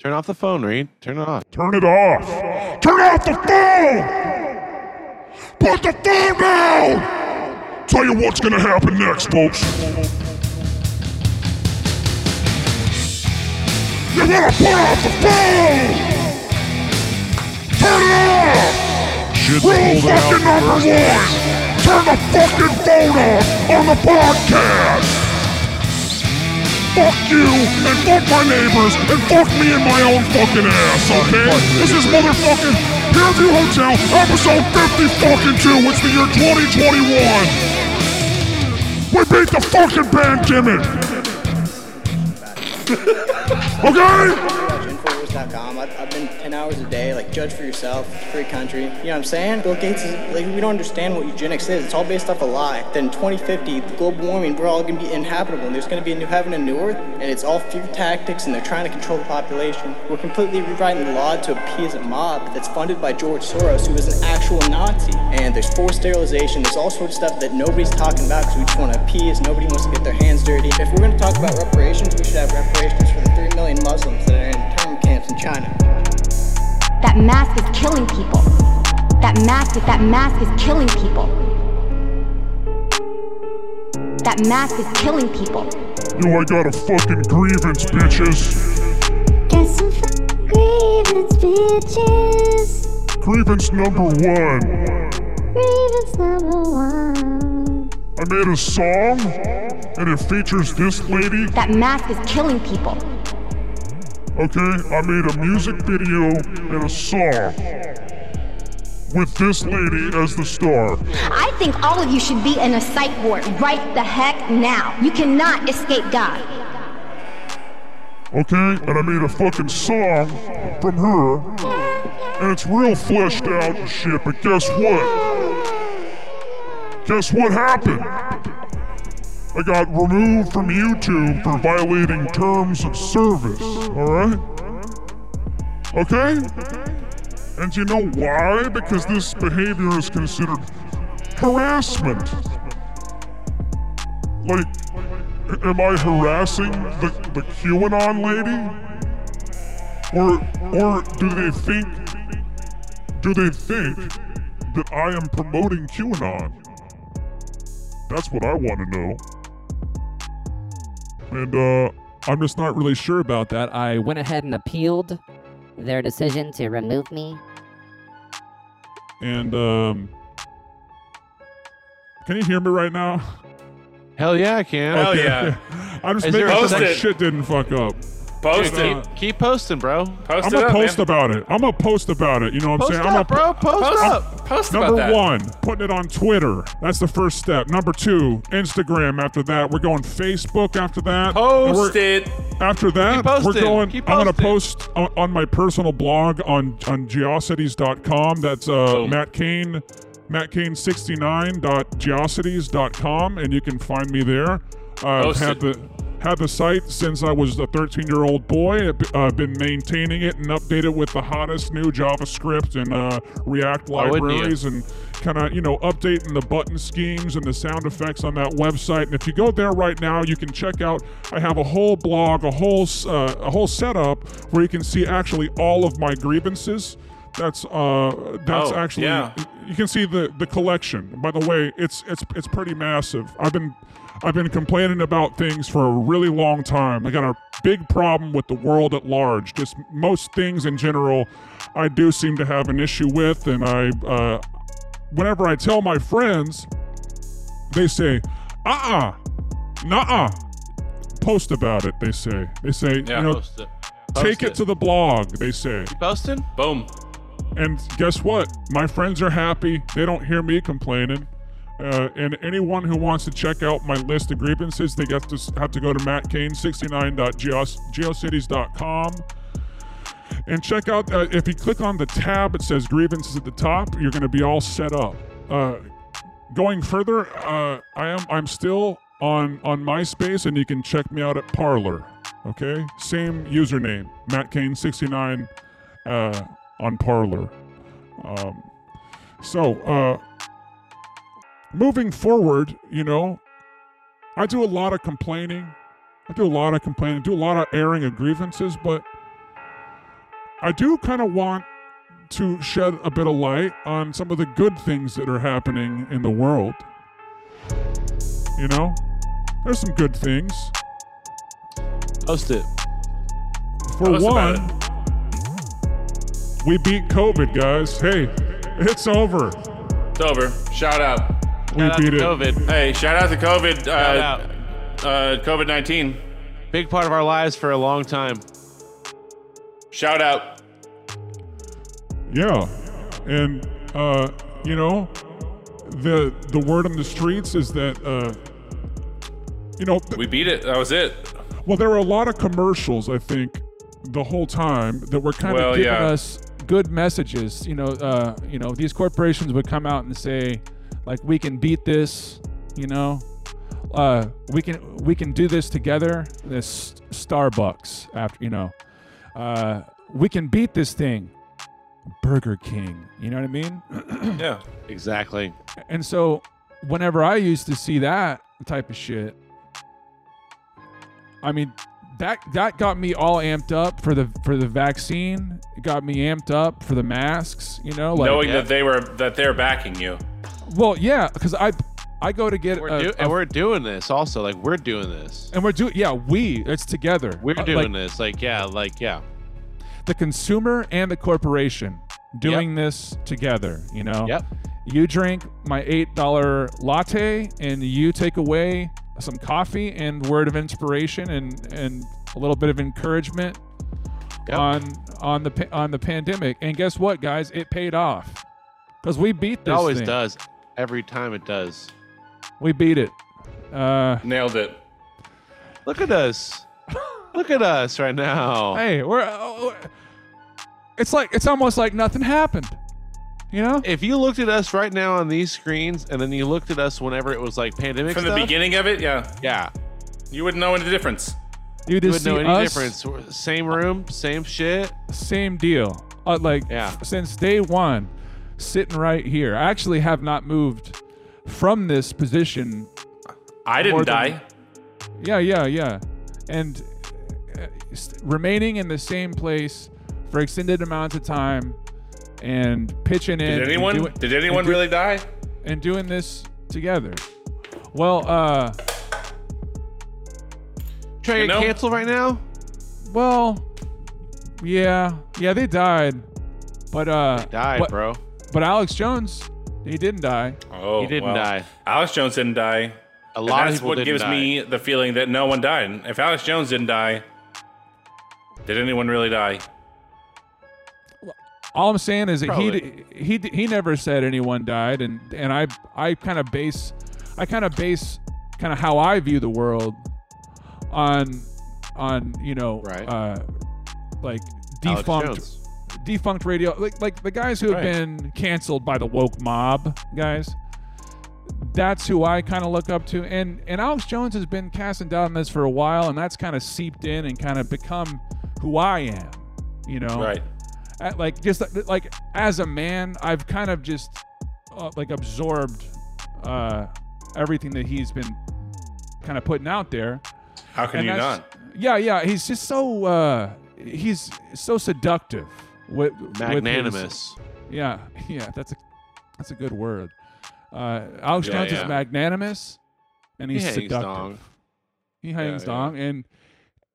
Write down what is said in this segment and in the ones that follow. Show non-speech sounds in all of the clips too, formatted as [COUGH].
Turn off the phone, Reed. Turn it off. Turn it off. Turn off the phone. Put the phone down. Tell you what's gonna happen next, folks. You wanna put off the phone. Turn it off. Should Rule fucking number one. Turn the fucking phone off on the podcast. Fuck you and fuck my neighbors and fuck me and my own fucking ass, okay? This is motherfucking Fairview Hotel, episode 50 fucking 2. It's the year 2021. We beat the fucking band, Kimmit. [LAUGHS] okay? Infowars.com. I've, I've been 10 hours a day. Like, judge for yourself, free country. You know what I'm saying? Bill Gates is like, we don't understand what eugenics is. It's all based off a lie. Then 2050, global warming, we're all gonna be inhabitable. And there's gonna be a new heaven and new earth, and it's all fear tactics, and they're trying to control the population. We're completely rewriting the law to appease a mob that's funded by George Soros, who is an actual Nazi. And there's forced sterilization. There's all sorts of stuff that nobody's talking about because we just want to appease. Nobody wants to get their hands dirty. If we're gonna talk about reparations, we should have reparations for the 3 million Muslims that are in term camps in China. That mask is killing people. That mask, that mask is killing people. That mask is killing people. Yo, I got a fucking grievance, bitches. Got some fucking grievance, bitches. Grievance number one. Grievance number one. I made a song, and it features this lady. That mask is killing people. Okay, I made a music video and a song with this lady as the star. I think all of you should be in a psych ward right the heck now. You cannot escape God. Okay, and I made a fucking song from her, and it's real fleshed out and shit. But guess what? Guess what happened? I got removed from YouTube for violating terms of service. All right. Okay? And you know why? Because this behavior is considered harassment. Like, am I harassing the, the QAnon lady? Or, or do they think, do they think that I am promoting QAnon? That's what I want to know. And, uh, I'm just not really sure about that. I went went ahead and appealed their decision to remove me. and um. Can you hear me right now? Hell yeah, I can. Hell Okay. [LAUGHS] yeah. I'm just Is there making sure a that second- shit didn't fuck up. Post Dude, it. uh, Keep posting, bro. Post I'm it gonna up, post man. about it. I'm gonna post about it. You know what I'm Post saying? I'm up, gonna- bro. Post, Post, up. post about Number that. one, putting it on Twitter. That's the first step. Number two, Instagram. After that, we're going Facebook. After that, And we're- Post it. After that, Keep posting. we're going. Keep I'm gonna posting. post on, on my personal blog on on geocities.com. That's uh, Boom. Matt Kane, Matt Kane 69.geocities.com, and you can find me there. I've Post had it. the had the site since I was a 13 year old boy. I've uh, been maintaining it and updated with the hottest new JavaScript and uh, React Why wouldn't you? libraries and kind of you know updating the button schemes and the sound effects on that website and if you go there right now you can check out i have a whole blog a whole s- uh, a whole setup where you can see actually all of my grievances that's uh that's Oh, actually yeah. you can see the the collection by the way it's it's it's pretty massive i've been i've been complaining about things for a really long time i got a big problem with the world at large just most things in general i do seem to have an issue with and i uh whenever i tell my friends they say uh-uh nah post about it they say they say Yeah, you know Post it. take it to the blog they say Posting? Boom. and guess what? My friends are happy. They don't hear me complaining. Uh, and anyone who wants to check out my list of grievances, they have to s- have to go to mattkane69.geocities.com and check out. Uh, if you click on the tab, it says grievances at the top. You're going to be all set up. Uh, going further, uh, I am I'm still on on MySpace, and you can check me out at Parlor. Okay, same username, mattkane69 uh, on Parlor. Um, so, uh, moving forward, you know, I do a lot of complaining. I do a lot of complaining. do a lot of airing of grievances, but I do kind of want to shed a bit of light on some of the good things that are happening in the world. You know, there's some good things. Post it. For Tell us about one, we beat COVID, guys. Hey, it's over. It's over. Shout out. We Shout out beat to it. COVID. Hey, shout out to COVID. Shout uh, out. Uh, COVID 19. Big part of our lives for a long time. Shout out. Yeah, and uh, you know, the the word on the streets is that uh, you know We beat it. That was it. Well, there were a lot of commercials, I think, the whole time that were kind Well, of yeah. giving us us good messages. You know, uh, you know, these corporations would come out and say, like, we can beat this. You know, uh, we can we can do this together. This Starbucks, after you know, uh, we can beat this thing. Burger King. You know what I mean? Yeah. Exactly. And so, whenever I used to see that type of shit, I mean, that that got me all amped up for the for the vaccine. It got me amped up for the masks. You know, like Knowing yeah. that they were that they're backing you. well, yeah, because I I go to get We're uh, a- do- a- and we're doing this also. Like we're doing this. Uh, and we're doing yeah we it's together. We're Uh, doing like, this. Like yeah. Like yeah. the consumer and the corporation doing this together. You know. Yep. You drink my eight dollar latte, and you take away some coffee and word of inspiration and and a little bit of encouragement Yep. on on the pa- on the pandemic. And guess what, guys? It paid off because we beat it this. always thing. does. Every time it does. We beat it. Uh, Nailed it. Look at us. Look at us right now. hey, we're. oh, oh, It's like it's almost like nothing happened. You know? If you looked at us right now on these screens, and then you looked at us whenever it was like pandemic From the stuff, beginning of it, yeah. yeah, You wouldn't know any difference. You you just would see know any us, difference. We're- Same room, same shit. Same deal. Uh, like Yeah. since day one, sitting right here. I actually have not moved from this position I didn't More than- die. Yeah, yeah, yeah. And uh, st- remaining in the same place for extended amounts of time and pitching in. Did and anyone? doing- did anyone and do- really die? And doing this together. Well, uh, Trying You to know? cancel right now. well, yeah, yeah, they died. But, uh, Died, but, bro. But Alex Jones, he didn't die. Oh, He didn't well, die. Alex Jones didn't die. A And lot of that's people what didn't gives die. me the feeling that no one died. If Alex Jones didn't die, did anyone really die? All I'm saying is that he Probably. d- he d- he never said anyone died, and and I I kind of base I kind of base kind of how I view the world on on you know Right. uh, like Alex defunct Jones. defunct radio like like the guys who have Right. been canceled by the woke mob guys. That's who I kind of look up to, and and Alex Jones has been casting doubt on this for a while, and that's kind of seeped in and kind of become who I am, you know Right. at, like just like- like as a man i've kind of just uh, like absorbed uh everything that he's been kind of putting out there How can you that's- not? yeah yeah he's just so uh he's so seductive with with his- Magnanimous. yeah [LAUGHS] yeah that's a that's a good word uh alex Yeah, jones yeah. is magnanimous and he's hangs seductive dong. he hangs yeah. dong and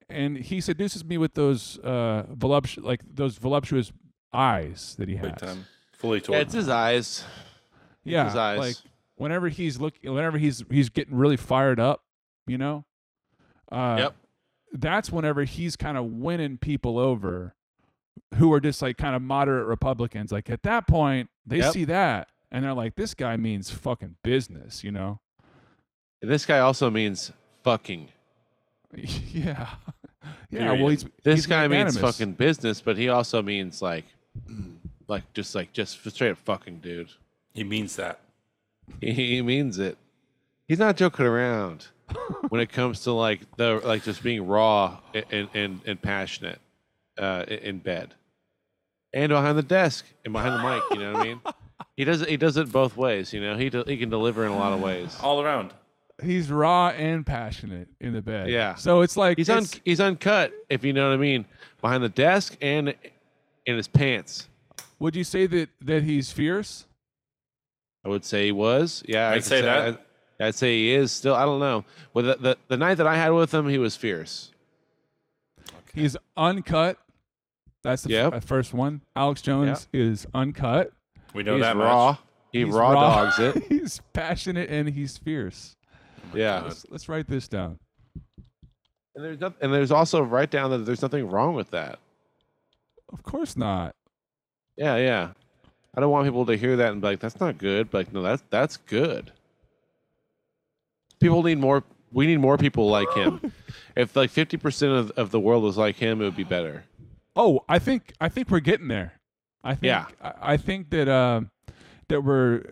and he seduces me with those uh voluptu- like those voluptuous eyes that he has Big time. Fully Yeah, told. it's his eyes. yeah, his eyes. like whenever he's look, whenever he's he's getting really fired up, you know. Uh, Yep. That's whenever he's kind of winning people over, who are just like kind of moderate Republicans. Like at that point, they Yep. see that and they're like, "This guy means fucking business," you know. [LAUGHS] And this guy also means fucking. yeah. Yeah. Period. Well, he's This he's guy means magnanimous. fucking business, but he also means like, like just like just straight up fucking dude. he means that. He means it. He's not joking around when it comes to like the like just being raw a- and and, and passionate uh, i- in bed and behind the desk and behind the mic. You know what I mean? He does it. He does it both ways. You know, he do, he can deliver in a lot of ways. All around. He's raw and passionate in the bed. Yeah. So it's like He's un, it's- he's uncut if you know what I mean behind the desk and in his pants. Would you say that that he's fierce? I would say he was. Yeah, I I'd could say that. I, would say he is still. I don't know. Well, the, the the night that I had with him, he was fierce. He's uncut. That's the f- Yep. uh, first one. Alex Jones is uncut. We know He's that raw. much. He He's raw, dogs it. [LAUGHS] he's passionate and he's fierce. yeah. Let's, let's write this down. And there's noth- and there's also right down that there's nothing wrong with that. Of course not. Yeah, yeah. I don't want people to hear that and be like, "That's not good." But like, no, that's that's good. People need more. We need more people like him. [LAUGHS] if like fifty percent of, of the world was like him, it would be better. Oh, I think I think we're getting there. I think Yeah. I, I think that um that we're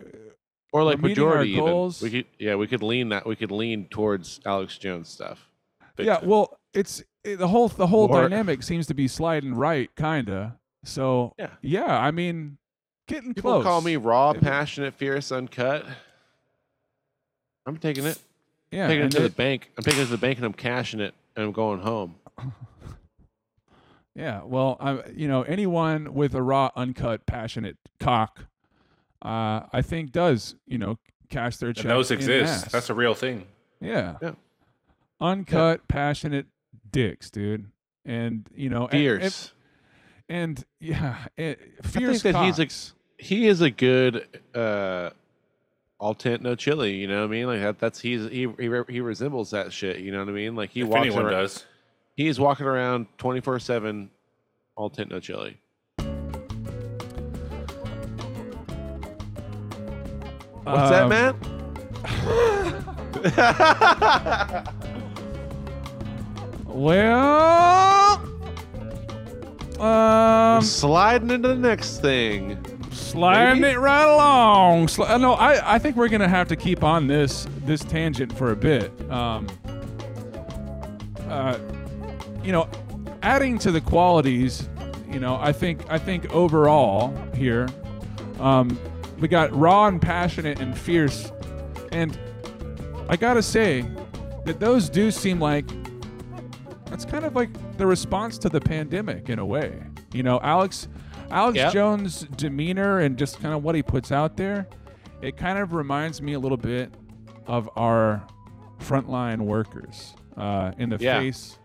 Or like We're meeting our majority. even. goals. We could, yeah, we could lean that. We could lean towards Alex Jones stuff. Big yeah. time. Well, it's it, the whole the whole Or- dynamic seems to be sliding right, kinda. So Yeah. I mean, getting People close. call me raw, passionate, fierce, uncut. I'm taking it. yeah, I'm taking it and to the that- bank. I'm taking it to the bank and I'm cashing it and I'm going home. Yeah, well, I, you know, anyone with a raw, uncut, passionate cock, uh, I think does you know cash their check. And those in exist. ass. That's a real thing. yeah. Yeah. uncut, passionate dicks, dude, and you know, and- Fierce. and, and, yeah, and I fierce. think that cocks. he's a he is a good uh all tent no chili. You know what I mean? Like that, that's he's he he, re- he resembles that shit. You know what I mean? Like he If walks anyone around. does. He's walking around twenty four seven, all tent no chili. What's that, Um, Matt? Well, um, Sliding into the next thing. sliding maybe? it right along. Sli- no, I, I think we're gonna have to keep on this this tangent for a bit. Um, uh, you know, adding to the qualities, you know, I think I think overall here, um, we got raw and passionate and fierce, and I gotta say that those do seem like that's kind of like the response to the pandemic in a way. You know, Alex Alex Yep. Jones' demeanor and just kind of what he puts out there, it kind of reminds me a little bit of our frontline workers uh, in the Yeah. face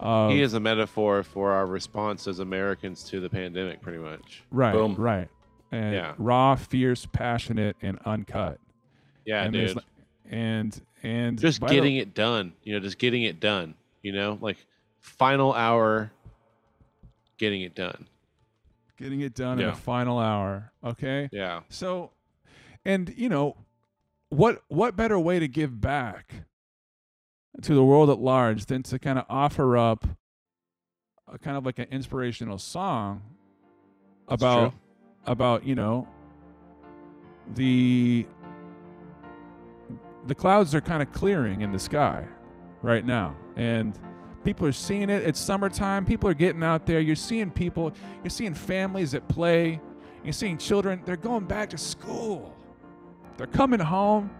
of He is a metaphor for our response as Americans to the pandemic, pretty much. right, Boom. right, and Yeah. raw, fierce, passionate, and uncut. Yeah, and there's dude. like- and and just by the- getting it done. You know, just getting it done. You know, like final hour, getting it done. getting it done in Yeah. the final hour. Okay. Yeah. So, and you know, what what better way to give back to the world at large than to kind of offer up a kind of like an inspirational song about true. about you know the the clouds are kind of clearing in the sky right now and people are seeing it it's summertime people are getting out there you're seeing people you're seeing families at play you're seeing children they're going back to school they're coming home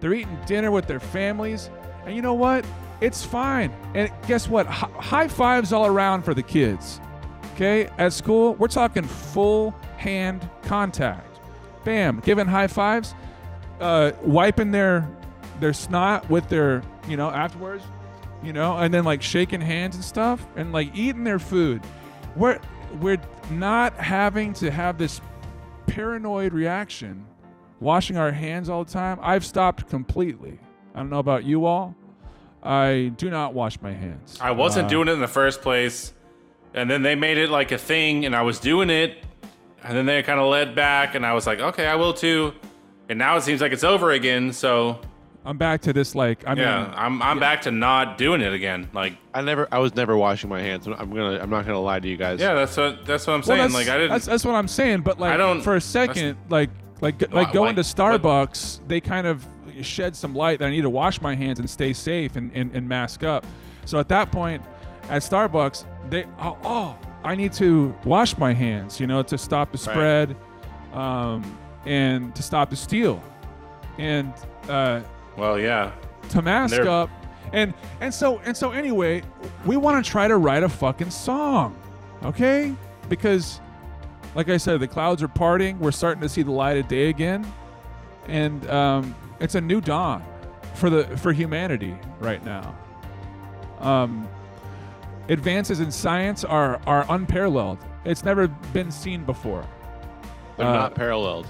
they're eating dinner with their families and you know what it's fine and guess what Hi high fives all around for the kids okay at school we're talking full hand contact bam giving high fives uh, wiping their their snot with their you know afterwards you know and then like shaking hands and stuff and like eating their food we're we're not having to have this paranoid reaction washing our hands all the time i've stopped completely i don't know about you all i do not wash my hands Uh, I wasn't doing it in the first place, and then they made it like a thing, and I was doing it, and then they kind of led back, and I was like, okay, I will too, and now it seems like it's over again. So i'm back to this like i mean yeah, I'm I'm back to not doing it again. Like I never. I was never washing my hands. I'm gonna. I'm not gonna lie to you guys. yeah, that's what that's what I'm Well, saying. that's- like I didn't. That's, that's what I'm saying. But like, I don't- for a that's- second, like, like, g- like I- going to like, but- Starbucks, they kind of shed some light that I need to wash my hands and stay safe and, and, and mask up. So at that point, at Starbucks, they oh, oh I need to wash my hands, you know, to stop the spread, um, and to stop the steal, and uh, well, yeah, to mask They're- up. And and so and so anyway, we want to try to write a fucking song, okay? Because like I said, the clouds are parting. We're starting to see the light of day again, and um, it's a new dawn for the for humanity right now. Um, advances in science are are unparalleled. It's never been seen before. They're Uh, not paralleled.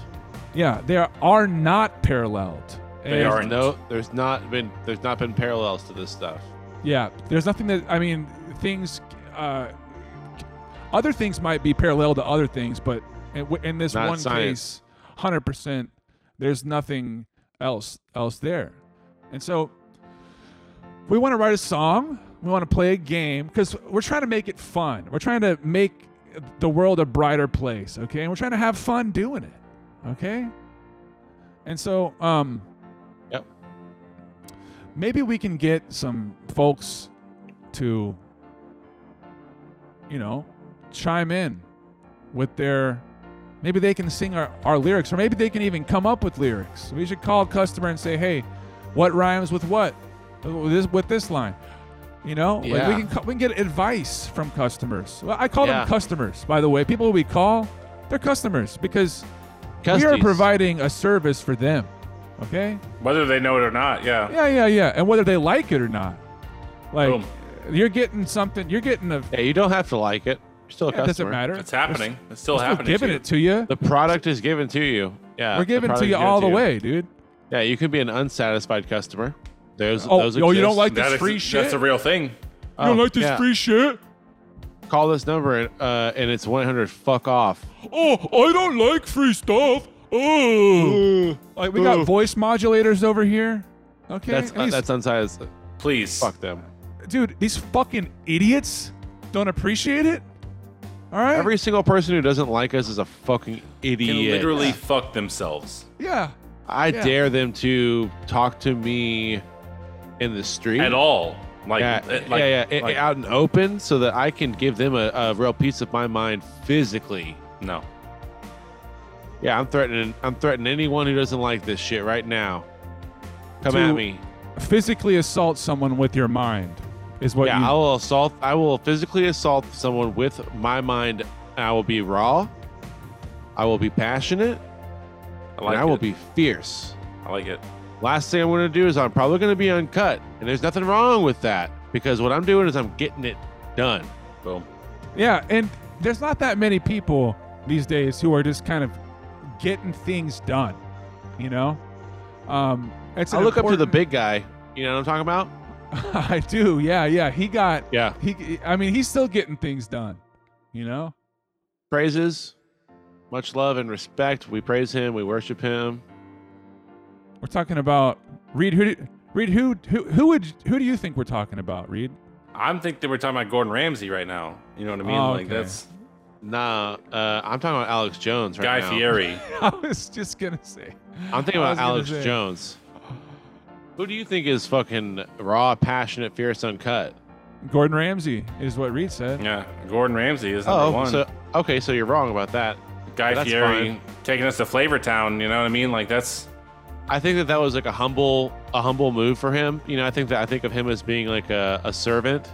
Yeah, they are, are not paralleled. They And- are no. There's not been. There's not been parallels to this stuff. Yeah, there's nothing that I mean. Things, uh, other things might be parallel to other things, but in, in this Not one science. case, hundred percent, there's nothing else else there, and so we want to write a song. We want to play a game because we're trying to make it fun. We're trying to make the world a brighter place. Okay, and we're trying to have fun doing it. Okay, and so um Yep. maybe we can get some folks to you know chime in with their maybe they can sing our, our lyrics or maybe they can even come up with lyrics we should call a customer and say hey what rhymes with what with this, with this line you know Like, Yeah. we can co- we can get advice from customers well, i call Yeah. them customers by the way people we call they're customers because we are Custies. providing a service for them okay Whether they know it or not, yeah. yeah, yeah, yeah. And whether they like it or not. Like Boom. you're getting something, you're getting a Yeah, you don't have to like it. You're still a it customer. doesn't matter. It's happening. It's still We're still happening. giving to you. it to you. The product is given to you. Yeah. We're the giving it to product you is given all the you. way, dude. Yeah, you could be an unsatisfied customer. Those. Oh, those oh, you don't exist. like this That is- free shit? That's a real thing. you don't like this Oh, yeah. free shit? Call this number uh, and it's 100. Fuck [LAUGHS] off. Oh, I don't like free stuff. Oh, like we got voice modulators over here. Okay, That's And these- that's unsatisfied. Please. Fuck them. dude. These fucking idiots don't appreciate it. All right, Every single person who doesn't like us is a fucking Can idiot. literally fuck themselves yeah, I yeah. dare them to talk to me in the street at all. Like, Yeah, eh, like, yeah, yeah, i- like- out in open, so that I can give them a, a real piece of my mind physically. no. Yeah, I'm threatening. I'm threatening anyone who doesn't like this shit right now. Come To- at me. physically assault someone with your mind is what Yeah, you I will assault. I will physically assault someone with my mind. I will be raw. I will be passionate, I like and I will it. be fierce. I like it. Last thing I'm going to do is I'm probably going to be uncut, and there's nothing wrong with that because what I'm doing is I'm getting it done. Boom. Yeah, and there's not that many people these days who are just kind of getting things done, you know. Um, it's I an look up to the important- big guy. You know what I'm talking about? [LAUGHS] I do, yeah, yeah. He got, Yeah. he. I mean, he's still getting things done, you know. Praises, much love and respect. We praise him. We worship him. We're talking about Reed. Who, do- Reed? Who? Who? Who would? Who do you think we're talking about, Reed? [LAUGHS] I'm think that we're talking about Gordon Ramsay right now. You know what I mean? Oh, like okay. that's Nah, uh, I'm talking about Alex Jones right Guy now. Fieri. I was just gonna say. I'm thinking [LAUGHS] about I was gonna Alex say. Jones. Who do you think is fucking raw, passionate, fierce, uncut? Gordon Ramsay is what Reed said. yeah, Gordon Ramsay is number Oh, one. so okay, so you're wrong about that. Guy that's Fieri fine. taking us to Flavor Town. You know what I mean? Like that's I think that that was like a humble, a humble move for him. You know, I think that I think of him as being like a, a servant,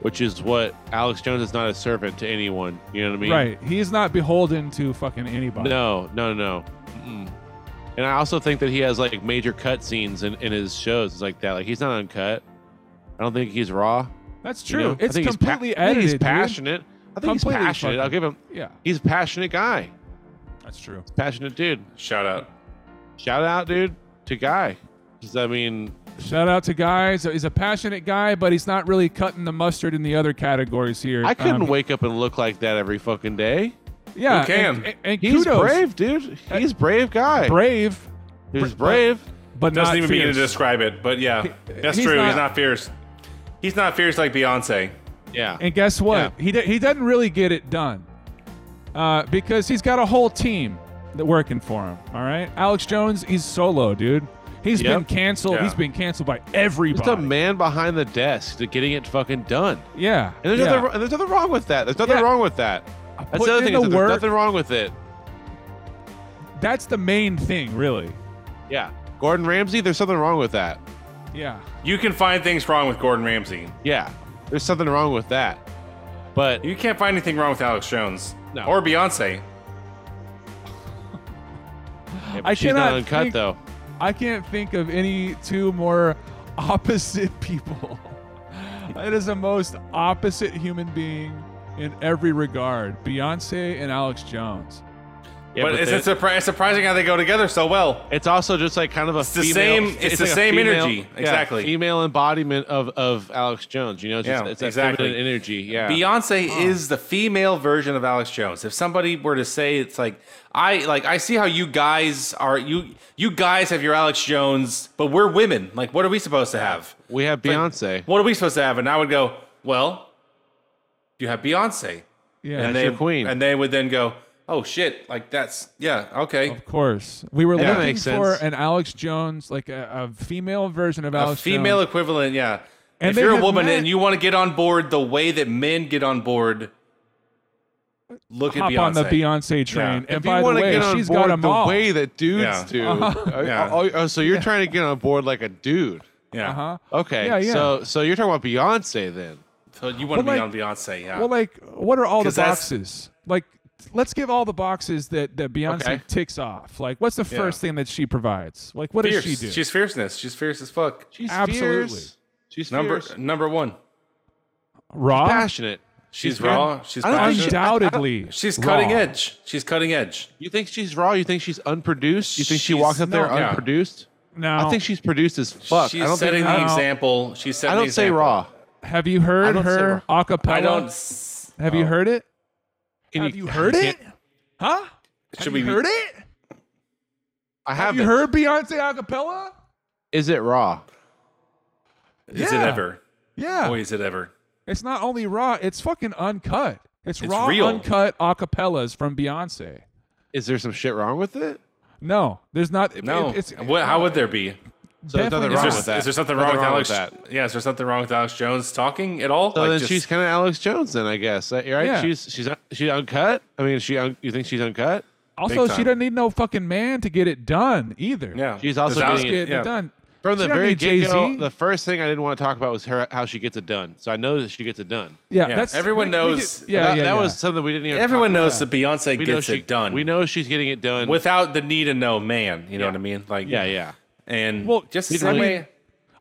which is what Alex Jones is not a servant to anyone. You know what I mean? Right. He's not beholden to fucking anybody. No, no, no. Mm-mm. And I also think that he has like major cut scenes in, in his shows. It's like that. Like he's not uncut. I don't think he's raw. That's you true. know? I It's think he's pa- completely I think edited. He's dude. passionate. I think Completely he's passionate. I'll fucking- give him. Yeah, He's a passionate guy. that's true. Passionate dude. shout out. Shout out, dude, to guy. 'Cause, I mean, Shout out to guys. He's a passionate guy, but he's not really cutting the mustard in the other categories here. I couldn't Um, wake up and look like that every fucking day. Yeah, Who can? And, and, and He's kudos. Uh, brave, dude. He's brave guy. brave, He's brave. but Doesn't not even begin fierce. to describe it. But yeah, that's he's true. not- he's not fierce. He's not fierce like Beyonce. Yeah. And guess what? Yeah. He do- he doesn't really get it done, uh, because he's got a whole team that working for him. All right, Alex Jones, he's solo, dude. He's Yep. been canceled. Yeah. He's been canceled by Just everybody. a man behind the desk to getting it fucking done. yeah, And there's, yeah. nothing, and there's nothing wrong with that. There's nothing Yeah. wrong with that. That's Putting the other in thing. is the that there's work. nothing wrong with it. That's the main thing, really. Yeah. Gordon Ramsay, there's something wrong with that. Yeah. You can find things wrong with Gordon Ramsay. Yeah. There's something wrong with that. But You can't find anything wrong with Alex Jones No. or Beyonce. I She's cannot not uncut think- though. I can't think of any two more [LAUGHS] opposite people. It is the most opposite human being in every regard. Beyonce and Alex Jones. Yeah, but it's, they- it's, surpri- it's surprising how they go together so well. It's also just like kind of a the female- same- it's the like a same female- energy. yeah, Exactly. female embodiment of of Alex Jones. You know, it's, just, Yeah, it's that exactly. feminine energy. Yeah, Beyonce is the female version of Alex Jones. If somebody were to say it's like I like I see how you guys are you you guys have your Alex Jones, but we're women. Like what are we supposed to have? we have Like, Beyonce. what are we supposed to have? And I would go, well, you have Beyonce, Yeah, and That's they your queen. and they would then go, oh shit, like that's yeah, okay, of course. We were Yeah, that looking makes for sense. an Alex Jones, like a, a female version of a Alex female Jones. equivalent, yeah. And if they you're a have woman met- and you want to get on board the way that men get on board, look Hop at Beyonce. on the Beyonce train. If And If by you the want to way, get on she's got board them the all. way that dudes Yeah. [LAUGHS] do, Oh, Yeah. oh, oh, so you're trying to get on board like a dude. yeah. uh-huh. Okay, Yeah, yeah. so so you're talking about Beyonce then? So you want to Well, be like- on Beyonce, yeah. Well, like, what are all the 'Cause that's- boxes? Like, let's give all the boxes that, that Beyonce Okay. ticks off. Like, what's the first thing that she provides? Like, what Fierce. does she do? She's fierceness. She's fierce as fuck. She's Absolutely. fierce. She's number fierce. number one. raw, passionate. She's, raw. She's I don't think passionate. she- undoubtedly. she's cutting raw. edge. She's cutting edge. You think she's raw? You think she's unproduced? You think she She's- walks up there no, yeah. unproduced? Now, I think she's produced as fuck. She's I don't setting think, the I don't- example. She's setting I the don't say example. raw. have you heard don't say her acapella? I don't. Oh. Have you heard it? Can [LAUGHS] Have you heard it? can't- Huh? Should Have we you heard it? I Have haven't. you heard Beyonce acapella? Is it raw? Is Yeah. it ever? Yeah. Boy, is it ever. It's not only raw, it's fucking uncut. It's, It's raw, real. uncut acapellas from Beyonce. Is there some shit wrong with it? No, there's not. it- No. it's, what, how would there be? So there's nothing Definitely wrong not. Is Is with there, that. is there something Nothing wrong with Alex? that? Yeah. Is there something wrong with Alex Jones talking at all? So Like, then just- she's kind of Alex Jones then, I guess. Like, Right? Yeah. She's she's she's uncut. I mean, she un, you think she's uncut? also, she time. doesn't need no fucking man to get it done either. yeah. she's also Does Alex getting Just it- getting yeah. it done. From She the don't very need get go, Jay-Z. the first thing I didn't want to talk about was her how she gets it done. So I know that she gets it done. Yeah, Yeah, that's everyone we- we knows- did- yeah, that, yeah, that yeah. was something we didn't even. Everyone talk knows that Beyonce about. We know gets she- it done. We know she's getting it done without the need to know man. You know what I mean? Like Yeah, yeah. And Well, just the didn't same really- way.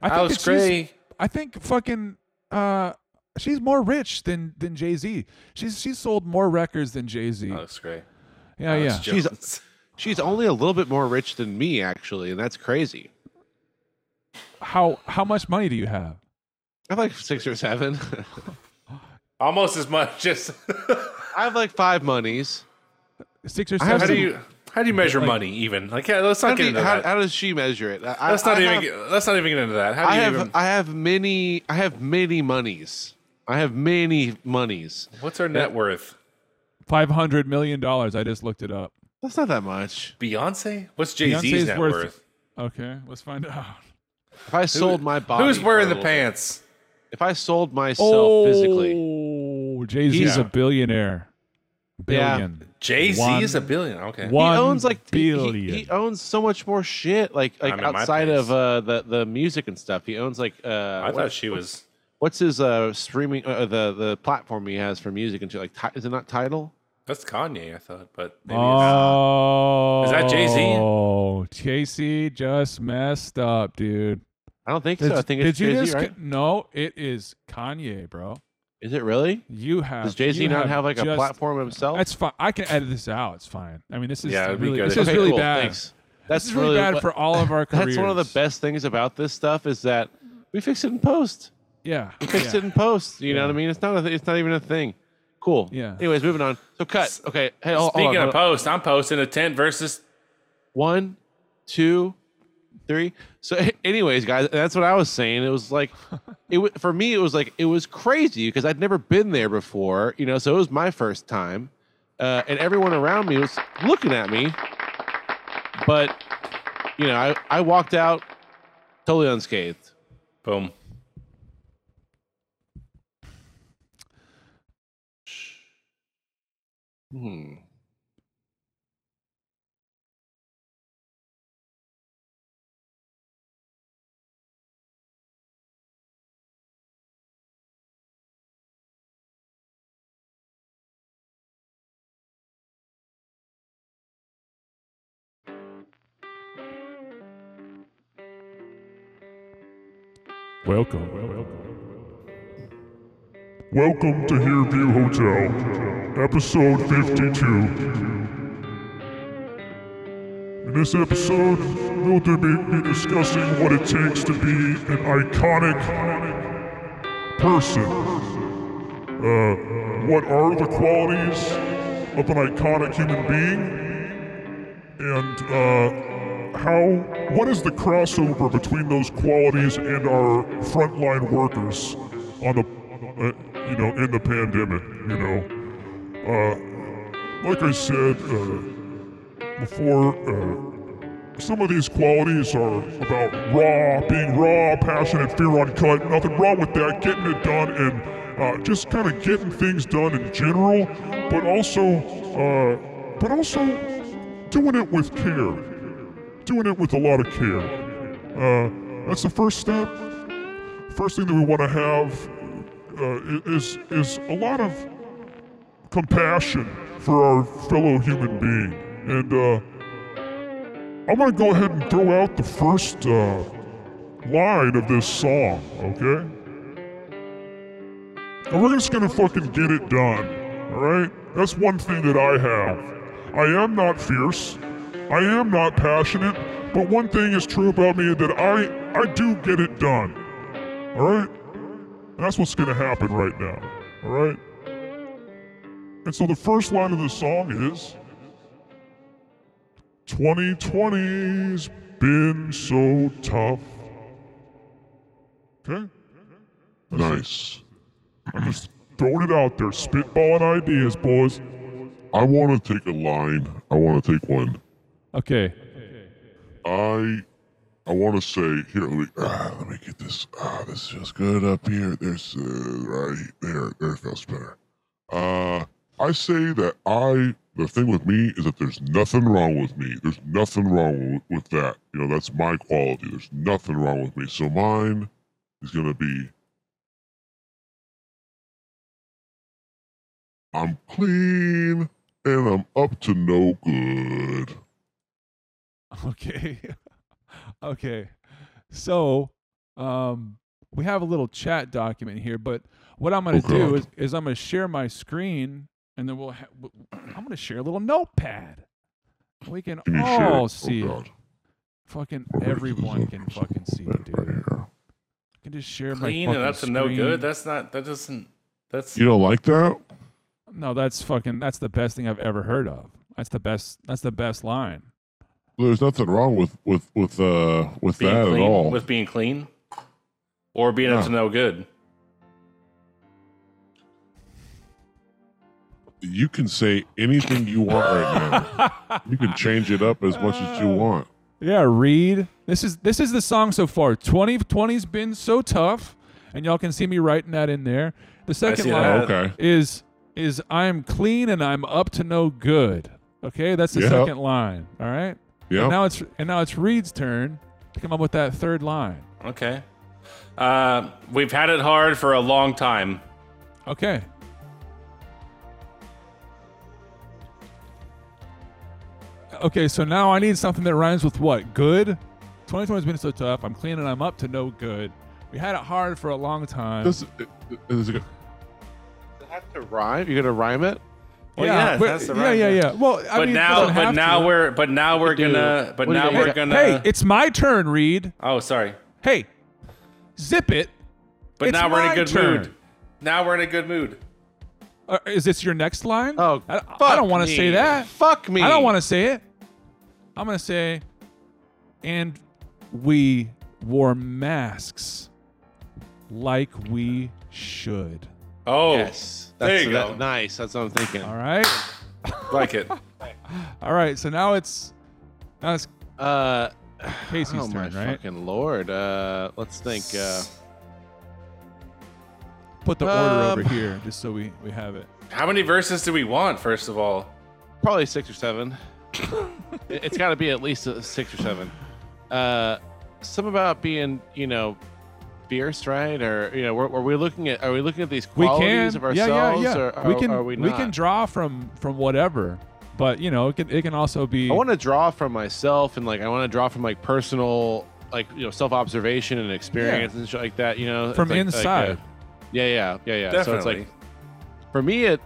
I think Alex that she's- Gray. I think fucking uh, she's more rich than than Jay Z. She's she's sold more records than Jay Z. Alex Gray. yeah, yeah. Alex She's- Jones. She's only a little bit more rich than me, actually, and that's crazy. How how much money do you have? I have like six or [LAUGHS] seven. [LAUGHS] almost as much as [LAUGHS] I have like five monies. Six or have seven. how do you how do you measure money even like yeah, let's How, not do get you- into how- that how does she measure it? I, let's not I even have- get, let's not even get into that how do I you have even I have many I have many monies. I have many monies. what's our net worth Five hundred million dollars. I just looked it up. That's not that much. Beyonce what's Jay Z's Beyonce's net worth, worth- Okay, let's find [LAUGHS] out. If I sold my body, who's wearing for the a little- pants If I sold myself physically, Jay Z's He's- Oh, a billionaire. Yeah. Billion. Jay Z One- is a billion okay he Oh, One owns like he- he- billion. He, owns so much more shit, like like I'm in my outside of place. uh, the the music and stuff. He owns like uh, I what- thought she was what's his uh streaming uh, the the platform he has for music and shit. Like Ti- is it not Title? that's Kanye I thought but maybe it's, Oh, Is that Jay-Z? Oh, Jay Z just messed up, dude. I don't think Did, so. I think it's did you Jay Z, just right? con- no? It is Kanye, bro. Is it really? You have Does Jay Z you not have like a just- platform himself? That's fine. I can edit this out. It's fine. I mean, this is Yeah, it'd be really good. this is Okay, really cool. bad. Thanks. This That's is really bad what- for all of our [LAUGHS] careers. That's one of the best things about this stuff is that we fix it in post. [LAUGHS] Yeah, Fix yeah. it in post. You know what I mean? It's not. A th- it's not even a thing. Cool. Yeah. Anyways, moving on. So cut. Okay. Hey, Oh, hold- hold speaking on. of post I'm posting a tent versus One, two, three. So, [LAUGHS] anyways, guys, that's what I was saying. It was [LAUGHS] like, it wa- for me, it was like it was crazy because I'd never been there before, you know. So it was my first time, uh, and everyone around me was looking at me. But, you know, I I walked out totally unscathed. boom Hmm. Welcome. Welcome to Here View Hotel, episode 52. In this episode, we'll be, be discussing what it takes to be an iconic person. Uh, what are the qualities of an iconic human being? And uh, how, what is the crossover between those qualities and our frontline workers on the, uh, you know, in the pandemic, you know? Uh, like I said uh, before, uh, some of these qualities are about raw, being raw, passionate, fear uncut. Nothing wrong with that. Getting it done and uh, just kind of getting things done in general, but also, uh, but also doing it with care. Doing it with a lot of care. Uh, that's the first step. First thing that we want to have uh, i- is is a lot of compassion for our fellow human being and. Uh, I'm gonna go ahead and throw out the first uh, line of this song, okay? And we're just gonna fucking get it done, alright? That's one thing that I have. I am not fierce, I am not passionate, but one thing is true about me that I I do get it done. Alright? And that's what's gonna happen right now, alright? And so the first line of this song is 2020's been so tough. Okay? Nice. I'm just throwing it out there, spitballing ideas, boys. I want to take a line. I want to take one. Okay. I I want to say here. Let me, ah, let me get this. Ah, this feels good up here. There's uh, right there. There feels better. Uh, I say that I the thing with me is that there's nothing wrong with me. There's nothing wrong with, with that. You know, that's my quality. There's nothing wrong with me. So mine is gonna be. I'm clean and I'm up to no good. [LAUGHS] Okay. okay. So, um, we have a little chat document here, but what I'm going to Oh, do God. is, is I'm going to share my screen and then we'll, ha- w- I'm going to share a little notepad. We can Can you share? all it? see oh, it. God. Fucking We're gonna do everyone this can on fucking see Right it, dude. here. I can just share my Clean and fucking that's a no screen. good. That's not. That doesn't. That's You don't like that? No, that's fucking. That's the best thing I've ever heard of. That's the best. That's the best line. There's nothing wrong with with with uh with being that at clean. all. With being clean, or being up No. to no good. you can say anything you want right [LAUGHS] now. you can change it up as much as you Uh, want. Yeah, Reed. This is this is the song so far. 2020 has been so tough, and y'all can see me writing that in there. The second see line that. Okay. is is I'm clean and I'm up to no good. Okay, that's the Yeah. second line. All right. Yeah. And now it's and now it's Reed's turn to come up with that third line. Okay. Uh, we've had it hard for a long time. Okay. Okay, so now I need something that rhymes with what? Good? 2020 has been so tough. I'm clean and I'm up to no good. We had it hard for a long time. This- it- it- it's a- Does it have to rhyme? You're gonna rhyme it? Well, yeah, but- that's the yeah, right- yeah, yeah. Well, I but mean, it now, doesn't but have now to. we're, but now we're do. gonna, but What do you now think? we're Hey, gonna. Hey, it's my turn, Reed. oh, sorry. Hey, zip it. But It's now we're in my a good turn. mood. Now we're in a good mood. Uh, is this your next line? Oh, I, fuck I don't want to me. say that. Fuck me. I don't want to say it. I'm going to say, and we wore masks like we should. Oh, Yes. There That's you that- go. Nice. That's what I'm thinking. All right. [LAUGHS] like it. All right. So now it's now it's Uh, Casey's oh my turn, right? fucking lord. Uh, let's think. Uh, Put the order over Um, here just so we we have [SIGHS] it. How many verses do we want? First of all, probably six or seven. It- it's got to be at least a six or seven. Uh, some about being, you know, fierce, right? Or you know, are, are we looking at? Are we looking at these We qualities can. of yeah, yeah, ourselves? yeah. Or are, we can Are we, we can not? draw from from whatever, but you know it can it can also be. I want to draw from myself and like I want to draw from like personal like you know self observation and experience and shit like that. You know, From It's like- like, uh, inside. yeah, yeah, yeah, yeah. So it's Definitely. like for me, it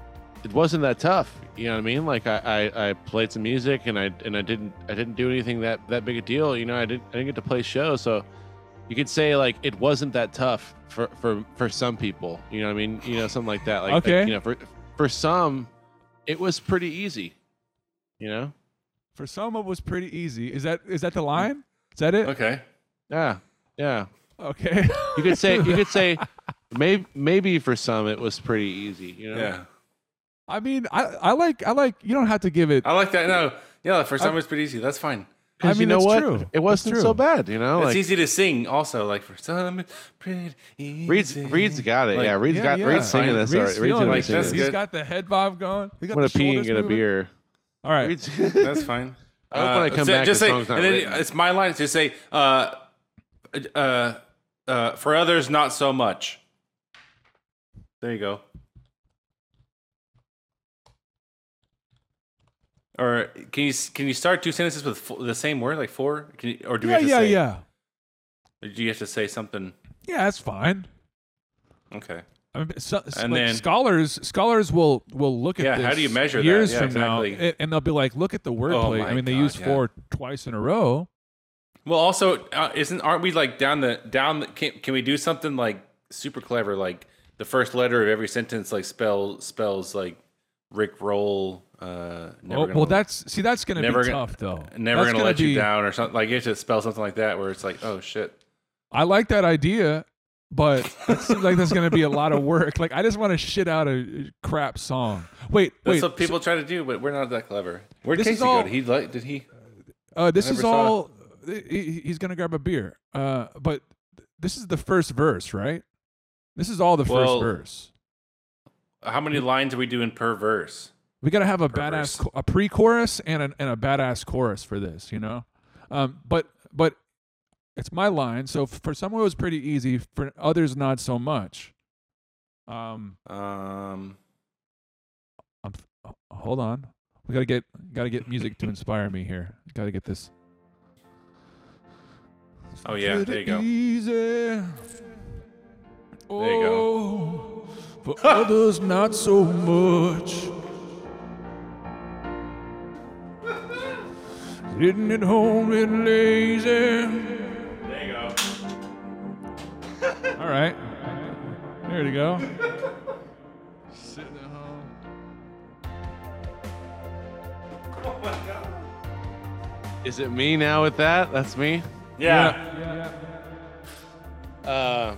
it wasn't that tough. You know what I mean? Like I, I, I played some music and I and I didn't I didn't do anything that that big a deal. You know, I didn't I didn't get to play shows, so you could say like it wasn't that tough for for for some people. You know what I mean? You know, something like that. Like, like, Okay. you know, for for some, it was pretty easy. You know? For some, it was pretty easy. Is that is that the line? Is that it? Okay. Yeah, yeah. Okay. [LAUGHS] You could say you could say maybe maybe for some it was pretty easy. You know? Yeah. I mean, I, I like I like. You don't have to give it. I like that. No. Yeah. For some, it's pretty easy. That's fine. I mean, you know that's what? true. It wasn't That's so true. bad. You know, It's Oh, like easy to sing. Also, like for some, it's pretty easy. Reed's Reed's got it. Like, yeah, Reed's yeah, got yeah. Reed's singing Fine. this Reed's already. Reed's feeling gonna it. sing That's this. He's good. got the head vibe going. He got I'm gonna the pee and shoulders get a moving. beer. All [LAUGHS] right. Reed's, That's fine. I hope when I Uh, come say- back, just the say, song's not and then written. it's my line. Just say, uh, uh, uh, for others, not so much. There you go. Or can you s- can you start two sentences with fo- the same word, like four? Can you, or do we Yeah, have to yeah, say? yeah. Or do you have to say something? Yeah, that's fine. Okay. I mean, so, so, And like, then- scholars scholars will will look at Yeah, how this do you measure that? years Yeah, from now, exactly. Oh a- and they'll be like, look at the wordplay. my I mean, they God, use yeah. four twice in a row. Well, also, uh, isn't aren't we like down the down? The, can can we do something like super clever, like the first letter of every sentence, like spell spells like Rick Roll. Uh, never Oh, gonna, well, that's see, that's gonna never be gonna- tough though. never That's gonna, let be- you down or something. Like you have to spell something like that, where it's like, oh shit. I like that idea, but it seems like that's gonna be a lot of work. Like I just want to shit out a crap song. Wait, That's wait. what people try to do, but we're not that clever. Where did This is Casey go? all- Did he like? Did he? Uh, this I never is saw all. he- he- He's gonna grab a beer. Uh, but this is the first verse, right? This is all the Well- first verse. How many lines are we doing per verse? We gotta have a Perverse. badass, cho- a pre-chorus and an, and a badass chorus for this, you know. Um, but but it's my line. So f- for some it was pretty easy. For others, not so much. Um, Um, I'm, h- hold on. We gotta get gotta get music to inspire me here. Gotta get this. Oh, yeah, there you go. Easy. There you go. Oh, For others, not so much. Sitting at home and lazy. There you go. All right. There you go. Sitting at home. Is it me now with that? That's me. yeah. Uh,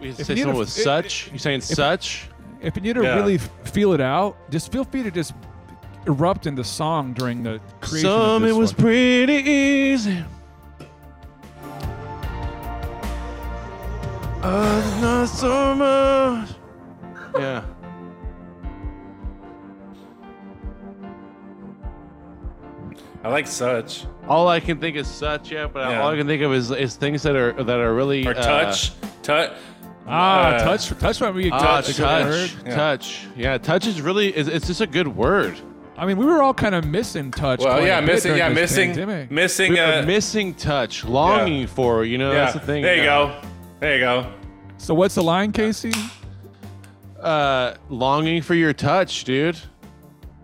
you say need a someone f- with it- such. you saying such? If you need to Yeah. really f- feel it out, just feel free to just erupt into song during the creation. Some of it this was one. pretty easy. Uh, not so [LAUGHS] much. Yeah. I like such All I can think is such, yeah. But Yeah. all I can think of is, is things that are that are really or uh, touch, touch. ah uh, touch touch might be a Ah, good- a touch, good touch, word. yeah. touch. is really it's, it's just a good word. I mean, we were all kind of missing touch. Well, quite a yeah, bit missing, during yeah, this missing, pandemic. missing. We uh, are missing touch, longing for. You know, that's the thing. There you now. go. There you go. So what's the line, Casey? Uh, longing for your touch, dude.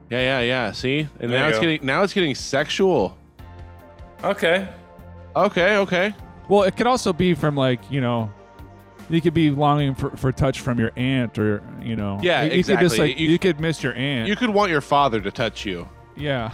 Yeah, yeah, yeah. See, and There now you it's go. getting now it's getting sexual. Okay. Okay, okay. Well, it could also be from like you know. You could be longing for, for touch from your aunt, or you know, Yeah, you, you Could just exactly. like You- you, could miss your aunt. You could want your father to touch you. yeah,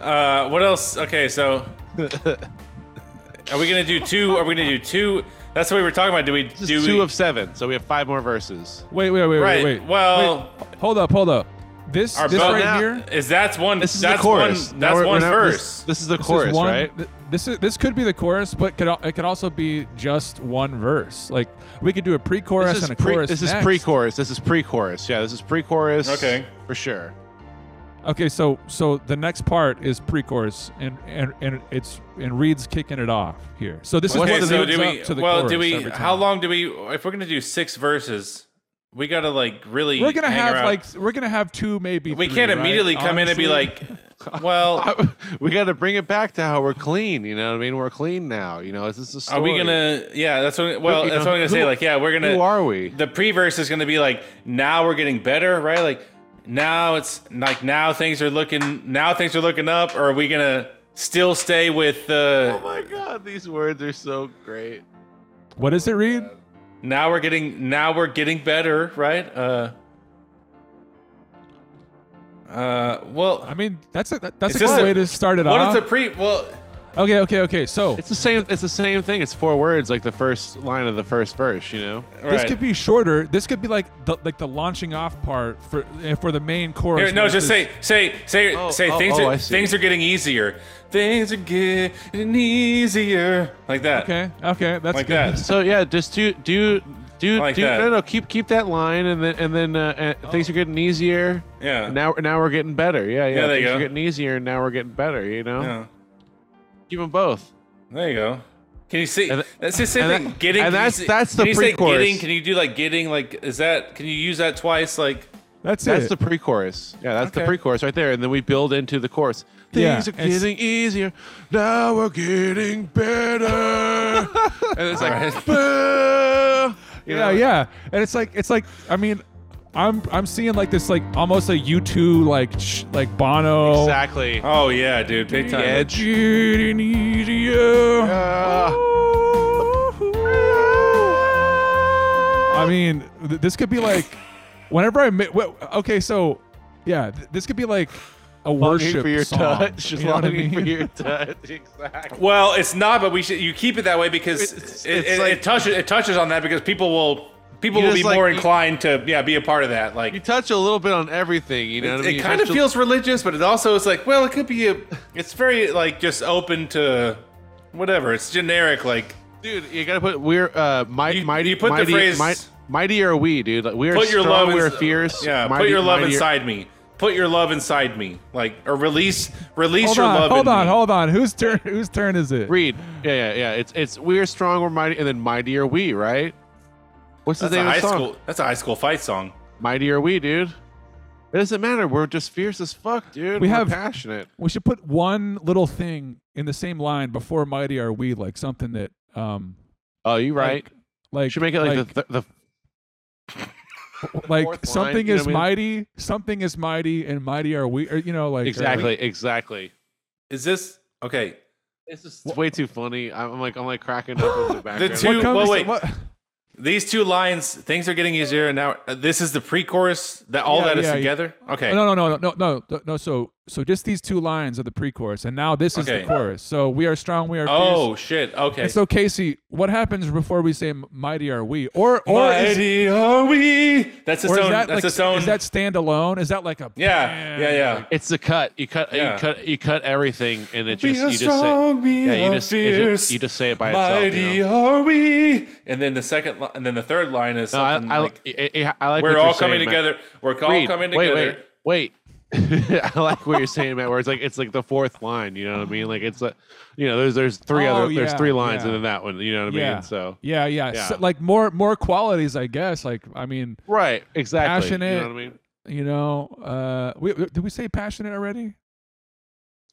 Uh, what else? Okay, so are we gonna do two? Are we gonna do two? That's what we were talking about. Do we This do is we, two of seven, so we have five more verses. wait, wait, wait, right? wait, wait. Well, Hold up, hold up. This our this boat right now- here. is that's one. This is that's the chorus. One, Now that's we're- one we're not- this- verse. This, is the This is chorus, one- right? th- this is this could be the chorus, but could al- it could also be just one verse. Like we could do a pre-chorus This is and a pre. chorus. This is next. pre-chorus. This is pre-chorus. Yeah, this is pre-chorus. Okay. for sure. [LAUGHS] Okay, so so the next part is pre-chorus, and and and it's and Reed's kicking it off here. So this okay, is what so leads do we? up to the well, chorus do we? every time. How long do we? If we're gonna do six verses, we gotta like really. We're gonna hang have around. like we're gonna have two maybe. We three, can't right? immediately come in and be Honestly. like, [LAUGHS] Well, we got to bring it back to how we're clean. You know what I mean? We're clean now. You know, this is the story. are we gonna? Yeah, that's what. Well, you that's know, what I'm gonna say. who- Like, yeah, we're gonna. Who are we? The pre-verse is gonna be like, now we're getting better, right? Like, now it's like now things are looking. Now things are looking up. Or are we gonna still stay with the? Oh my god, these words are so great. What is it, Reed? now we're getting now we're getting better right uh uh well I mean, that's a that- that's It's a just good a- way to start it what is off. the pre well okay, okay, okay. So It's the same. It's the same thing. It's four words, like the first line of the first verse. You know. this right. could be shorter. This could be like the like the launching off part for eh, for the main chorus. Here, no just versus- say say say Oh, say oh, things oh, are I see. things are getting easier things are getting easier like that Okay, okay, that's like good. that So yeah, just do do do like do that. no no keep keep that line and then and then uh, uh, things are getting easier. Yeah. And now now we're getting better. Yeah yeah. Yeah, there you things are go. getting easier and now we're getting better. You know. yeah. Keep them both. there you go can you see And- that's the same and thing that- getting and can you that's- see- that's the can you say pre-chorus. getting can you do like getting like is that can you use that twice like That's, That's it. the pre-chorus. Yeah, that's the Okay. pre-chorus right there, and then we build into the chorus. Yeah, Things are it's- getting easier. Now we're getting better. [LAUGHS] and it's like, "Boo," you yeah, know? yeah. And it's like it's like I mean, I'm I'm seeing like this like almost a U2 like sh- like Bono. exactly. oh yeah dude big time Edge. Getting easier. Uh, I mean, th- this could be like whenever I mi- wh- okay, so yeah, th- this could be like a longing worship for your song. touch. you Just know what I longing for [LAUGHS] mean? [LAUGHS] your touch. Exactly. Well, it's not, but we should you keep it that way because It's- it, it's it, like- it touches it touches on that because people will people You will be just, like, more you- inclined to yeah be a part of that. Like You it, touch a little bit on everything. You know what I mean? it You kind of touch a- feels religious, but it also is like well, it could be a it's very like just open to whatever. It's generic. Like Dude, you gotta put we're uh mighty You- mighty you put the mighty, phrase- might- mighty are we, dude. Like, we are put your strong, love we in- are fierce. Yeah, mighty- put your love mighty are- inside me. Put your love inside me. Like or release release Hold your on, love. hold in on, me. hold on. Whose turn? Whose turn is it? Read. Yeah, yeah, yeah. It's it's we're strong, we're mighty, and then mighty are we, right? What's the That's a name of high the song? school. That's a high school fight song. Mighty are we, dude. It doesn't matter. We're just fierce as fuck, dude. We are have- passionate. We should put one little thing in the same line before "Mighty Are We," like something that um Oh, you right. like should make it like, the, the, the like fourth line, something you know is what I mean? mighty, something is mighty, and mighty are we? Or, you know, like or- exactly, exactly. Is this okay? It's just it's way too funny. I'm I'm like I'm like cracking up [GASPS] in the background. two- Come Well, to- wait. what- These two lines, things are getting easier and now. uh, This is the pre-chorus. That all Yeah, that is yeah, yeah. together. Okay. No, no, no, no, no, no, no. So, so just these two lines are the pre-chorus, and now this is Okay. the chorus. So we are strong, we are Oh fierce. shit. Okay. And so, Casey, what happens before we say "mighty are we"? Or, or is, Mighty are we? That's its or is own. that that's like its own. is that standalone? Is that like a yeah, yeah, yeah. It's the cut. You cut. Yeah. You cut. You cut everything, and it We just are you just strong, say. we Yeah, are you just, it just- fierce. you just say it by itself. Mighty you know? are we? And then the second li- and then the third line is No, I, something I, like I, I- I like we're what all you're coming saying, Matt. together. We're all Reed, coming wait, together. Wait, [LAUGHS] wait. I like what you're saying, Matt. Where it's like it's like the fourth line. You know what I mean? Like it's like you know there's there's three Oh, other there's yeah, three lines yeah. and then that one. You know what I yeah, mean? So yeah, yeah, Yeah. So, like more, more qualities, I guess. Like, I mean, right, exactly. You Passionate. know what I mean? you know, uh, we, we- did we say passionate already?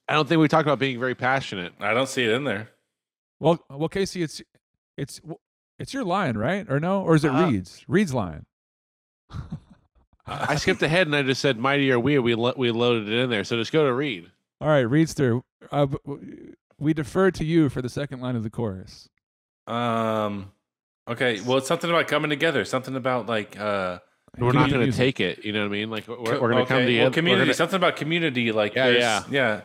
I don't think we talked about being very passionate. I don't see it in there. Well, well, Casey, it's, it's, it's your line, right? Or no? Or is it Uh-huh. Uh, Reed's? Reed's line. I skipped ahead and I just said mighty are we. We lo- we loaded it in there. So just go to read. All right, Reedster, uh, b- w- we defer to you for the second line of the chorus. Um. Okay. Well, it's something about coming together. Something about like uh. We're not going Community. to take it. You know what I mean? Like we're, we're co- going to come okay, together. Well, we're community. gonna- Something about community. Like Yeah, there's- yeah.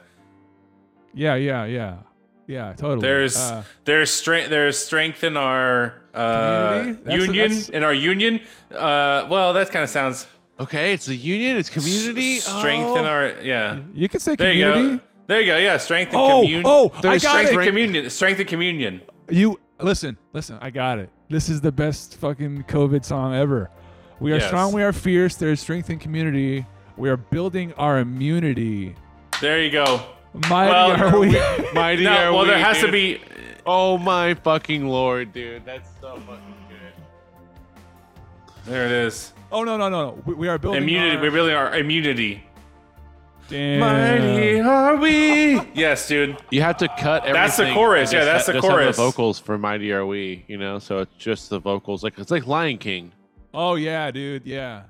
Yeah, yeah, yeah, yeah, totally. There's Uh, there's strength there's strength in our uh, Community? That's a- union that's- in our union. Uh, well, that kind of sounds okay, it's the union. It's community. strength in Oh. our yeah. you can say There you community. go. There you go. Yeah, strength and Oh, communion. oh, I there's got strength it. and communion. Strength and communion. You listen, listen. I got it. This is the best fucking COVID song ever. We are Yes. strong. We are fierce. There's strength in community. We are building our immunity. There you go. Mighty Well, are we? [LAUGHS] Mighty No, are well, there we, has to dude. be. Oh my fucking lord, dude. That's so fucking good. There it is. [LAUGHS] oh no, no, no, no. We, we are building Immunity. Our, We really are immunity. Damn. Mighty are we? Yes, dude. You have to cut everything. That's the chorus. and Yeah, that's just ha- the just have chorus. the vocals for Mighty Are We, you know? So it's just the vocals. Like It's like Lion King. Oh yeah, dude. Yeah.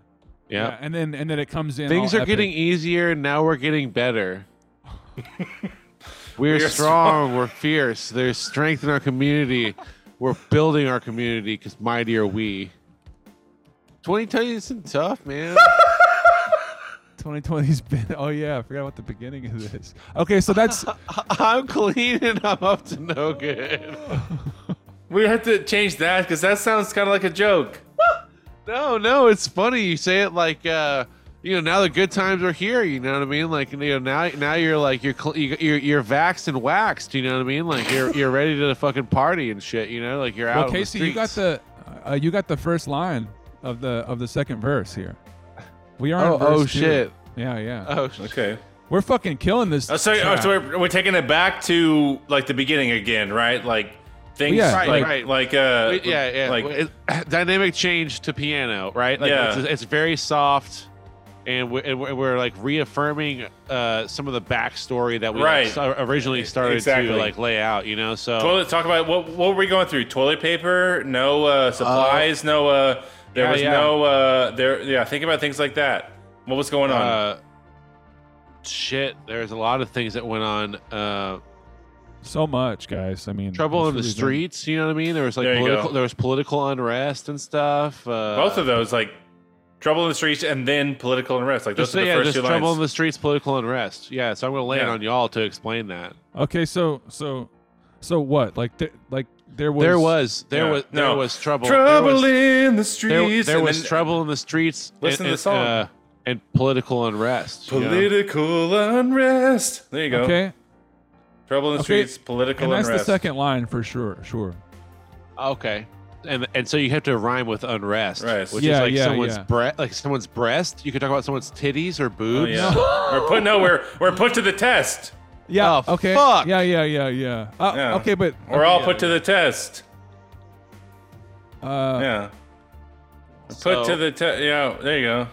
Yeah. And then and then it comes in. Things all are epic. getting easier. and Now we're getting [LAUGHS] better. We're We're strong. We're fierce. There's strength in our community. We're building our community because mighty are we. 2020 is tough, [LAUGHS] man. 2020's been. Oh yeah, I forgot about the beginning of this. Okay, [LAUGHS] so that's I'm clean and I'm up to no good. We have to change that because that sounds kind of like a joke. No, no, it's funny. You say it like, uh, you know, now the good times are here. You know what I mean? Like, you know, now, now you're like you're cl- you- you're you're vaxxed and waxed. You know what I mean? Like you're you're ready to fucking party and shit. You know, like you're out. well, on Casey. the You got streets. the uh, you got the first line of the of the second verse here. We are. in Oh, oh verse two. shit. Yeah, yeah. Oh, sh- Okay. We're fucking killing this. Oh, so, oh, track. so we're, we're taking it back to like the beginning again, right? Like things, Yeah. like, Right, right. like, uh, Wait, yeah, yeah. like It- [CLEARS THROAT] dynamic change to piano, right? Like Yeah. it's, it's very soft, and we're, and we're, we're like reaffirming uh, some of the backstory that we like, Right. E-, so- originally started Exactly. to like lay out. You know, so toilet. Talk about what what were we going through? Toilet paper, no uh, supplies, no. Uh, there yeah, was yeah. no. Uh, there, yeah. Think about things like that. What was going on? uh, shit, there's a lot of things that went on. Mm, Uh, so much, guys. I mean, trouble it's in the really been- streets. You know what I mean? There was like There you go. political, there was political unrest and stuff. Uh, Both of those, like trouble in the streets, and then political unrest. Like those Just, are the yeah, first just two trouble lines. in the streets, political unrest. Yeah, so I'm gonna lay it Yeah. on y'all to explain that. Okay, so so so what? Like th- like there was There was, there Yeah. was, there No. was trouble. trouble there was, in the there, streets. there and was then trouble in the streets. Listen to and, the and, song. uh, and political unrest. you know? Political unrest. There you go. okay, Trouble in the Okay, streets. Political and that's unrest. the second line for sure. Sure. Okay. And and so you have to rhyme with unrest, Rest. which Yeah, is like yeah, someone's yeah. bre- like someone's breast. You could talk about someone's titties or Oh, boobs. yeah. [LAUGHS] [LAUGHS] we're put. No, we're we're put to the test. Yeah. Oh, okay. fuck. Yeah, yeah, yeah, yeah. Uh, Yeah. Okay, but We're all put to the test. Uh, Yeah. So- put to the test. Yeah. There you go.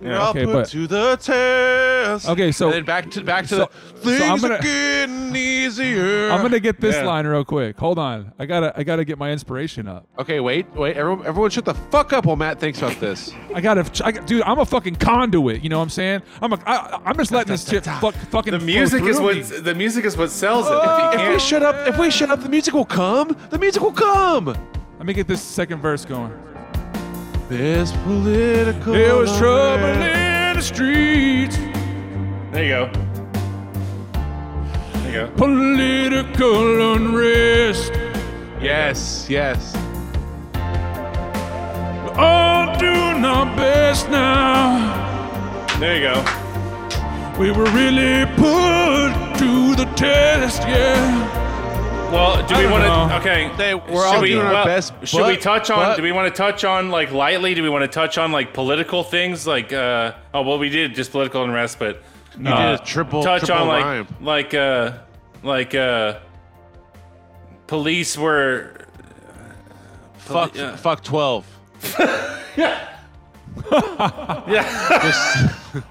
We're all Okay, put but- to the test. Okay, so- and then back to back to so- the so things I'm are gonna- getting easier. I'm gonna get this Yeah. line real quick. Hold on, I gotta, I gotta get my inspiration up. okay, wait, wait, everyone, everyone, shut the fuck up while Matt thinks about this. I gotta, ch- I, got- dude, I'm a fucking conduit. You know what I'm saying? I'm a, I, I'm just letting this shit fuck, fucking. The flow music is through what me. the music is what sells it. Oh. if you if we can't, shut up, if we shut up, the music will come. The music will come. Let me get this second verse going. This political. There was trouble unrest. in the streets, there you go. There you go. political unrest, Yes, yes. all doing our best now. There you go. We were really put to the test, yeah. Well, do I we don't want know. to? Okay. They- we're should all doing our well, best, Should we but- touch on? but- do we want to touch on like lightly? Do we want to touch on like political things? Like, uh, oh well, we did just political unrest, but You uh, did a triple touch triple on like rhyme. like uh like uh police [LAUGHS] were Fuck, fuck twelve. yeah Just,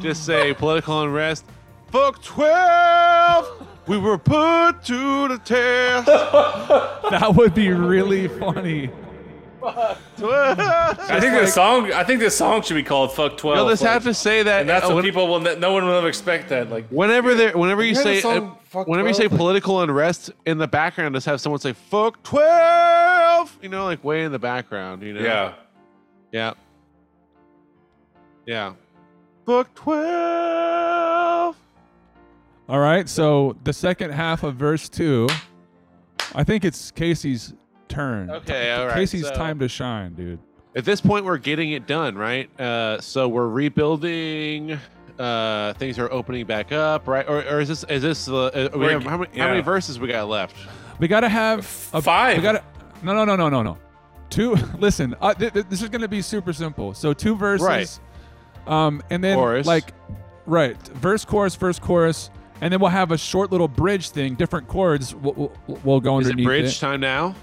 just say political unrest. Fuck twelve. We were put to the [LAUGHS] test. That would be really funny. Twelve. I think the song I think the song should be called Oh, fuck 12 You'll just like- have to say that. and that's uh, what when- people will ne- no one will ever expect that like Whenever there, whenever you hear the say, uh, song Fuck whenever you say 12, like- political unrest in the background, just have someone say "fuck 12, You know, like way in the background. You know. yeah Yeah. Yeah. Fuck twelve. All right, so the second half of verse two, I think it's Casey's turn. Okay, all right, Casey's so- time to shine, dude. At this point, we're getting it done, right? Uh, so we're rebuilding. Uh, things are opening back up, right? Or, or is this is this the? Uh, we We're- have, how many how many yeah. verses we got left? We gotta have a, Five. We gotta no no no no no no. Two. [LAUGHS] Listen, uh, th- th- this is gonna be super simple. So two verses, Right. Um, and then Chorus. like, right, verse chorus, verse chorus, and then we'll have a short little bridge thing. Different chords will will we'll go Is it underneath bridge time now?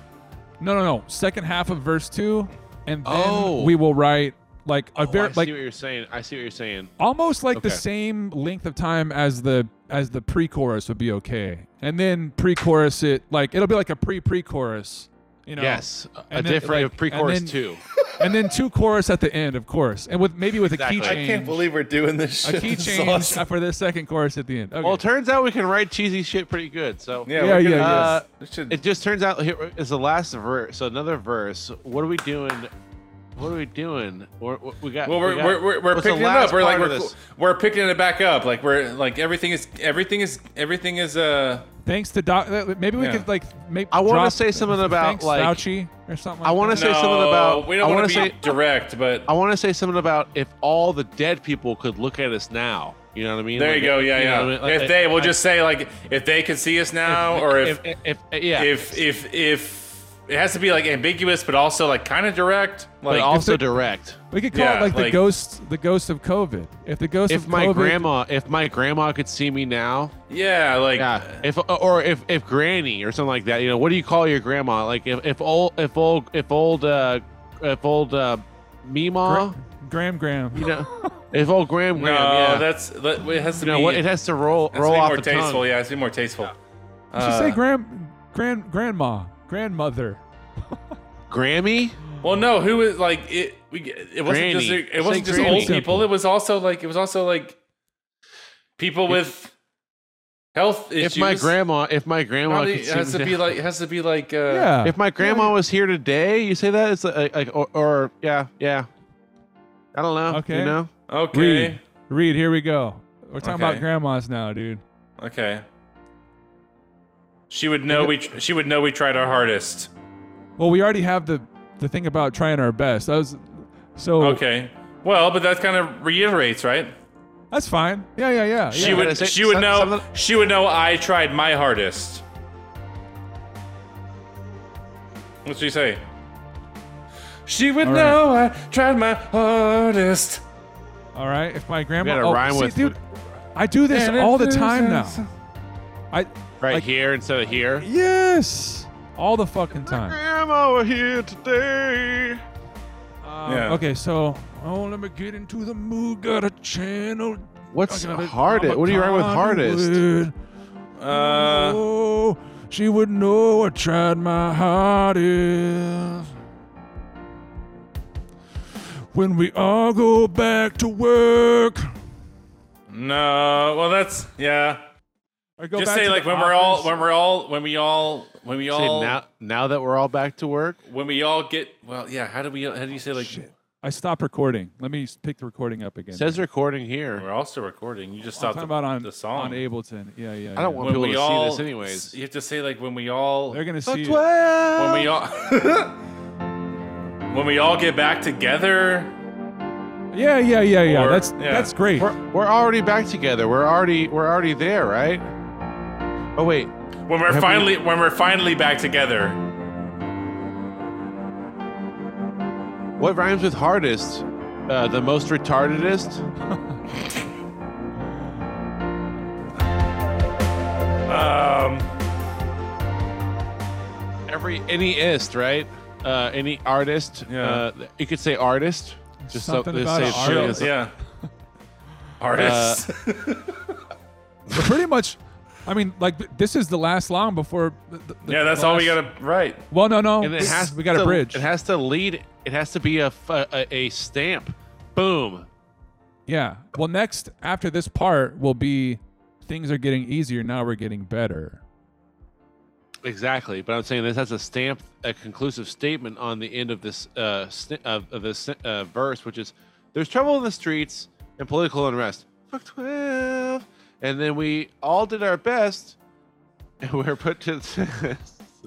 No no no. Second half of verse two, and then Oh. we will write like a Oh, very I like see what you're saying. I see what you're saying. almost like the Okay. same length of time as the as the pre-chorus would be okay and then pre-chorus it like it'll be like a pre-pre-chorus you know yes, a- a and then, different like- and pre-chorus then- too. [LAUGHS] and then two chorus at the end of course and with maybe with Exactly. a key I change can't believe we're doing this a shit. [LAUGHS] key This is change awesome. [LAUGHS] for the second chorus at the end okay. Well, it turns out we can write cheesy shit pretty good. So Yeah, Yeah, we're yeah, gonna- yeah. uh, Uh, this should- it just turns out here is the last verse. So another verse. What are we doing? What are we doing? We're, we got. well, we're, we got- we're, we're, we're what's the picking it last up. We're like part of we're, this? we're picking it back up. Like we're like everything is everything is everything is uh thanks to doc uh, maybe we Yeah. could like make I wanna drop say something about, thanks, like- Fauci or something I like wanna that. say no, something about- we don't I want wanna to be say- direct, but I want to say something about if all the dead people could look at us now. You know what I mean? there Like, you go. Yeah, know yeah. what I mean? Like, if they, we'll I- just say like if they could see us now, or if if, if, yeah, if if it has to be like ambiguous, but also like kind of direct. but Like also the- direct. we could call Yeah, it like, the like- ghost the ghost of covid if the ghost If of my COVID, grandma, if my grandma could see me now, yeah, like yeah. If uh, or if if granny or something like that, you know, what do you call your grandma? Like if if old if old if old uh if old uh Mima, graham graham you know, if old Graham, no, Graham, yeah. that's that, it has to you know be what? It has to roll has to roll be off more the tasteful. tongue. Yeah, it has to be more tasteful. Did you Uh, say grand grand grandma grandmother Grammy, Well, no, who is like it? We, it wasn't just Granny. it wasn't Say just granny. old people. It was also like it was also like people with health issues. if my grandma, if my grandma Not- could it see has me to now- be like it has to be like uh, yeah [LAUGHS] If my grandma was here today, you say that it's like, like or, or yeah, yeah. I don't know. Okay. You know, okay Reed, Reed, here we go. We're talking Okay. about grandmas now, dude. okay. She would know we tr- she would know we tried our hardest. Well, we already have the the thing about trying our best. That was so Okay. Well, but that kind of reiterates, right? that's fine. Yeah, yeah, yeah. She yeah. but I would say- she would some- some know of she would know I tried my hardest. What's she say? She would All right. know I tried my hardest. All right. If my grandma, gotta oh, rhyme see, with- dude, I do this all the time now. I right Like- here instead of here. yes, all the fucking time. Grandma were here today. Um, Yeah. Okay, so oh, let me get into the mood. Gotta channel. What's I gotta- hardest? I'm a What do you write with hardest? conduit. Uh, oh, she would know I tried my hardest. When we all go back to work. no. Well, that's yeah. Or go Just back say to like the when we're all office. when we're all when we all when we Say all now, now that we're all back to work, when we all get well. Yeah. How do we? How do you say like I stopped recording. Let me s- pick the recording up again. it says recording here. we're also recording? You just I'm stopped talking the, about on, the song. on Ableton. Yeah, yeah. I don't yeah. want when people we to all see this anyways. You have to say like when we all They're gonna see. it. when we all [LAUGHS] when we all get back together. Yeah, yeah, yeah, yeah. Or- that's yeah. that's great. We're, we're already back together. We're already we're already there, right? Oh wait, When we're Have we- finally when we're finally back together. what rhymes with hardest? Uh, the most retardedest. [LAUGHS] Um, every any ist right uh any artist Yeah. uh you could say artist just so- Something just about say an something artist. is- [LAUGHS] yeah. Uh, Artists. We're pretty much. I mean, like th- this is the last line before. The, the- yeah, that's the all we last- gotta write. Well, no, no. and it this- has we got to, a bridge. it has to lead it has to be a f- a, a stamp boom Yeah. Well, next after this part will be things are getting easier. Now we're getting better. exactly but i'm saying this has a stamp a conclusive statement on the end of this uh st- of, of this uh, verse which is there's trouble in the streets and political unrest fuck 12 and then we all did our best and [LAUGHS] we we're put to the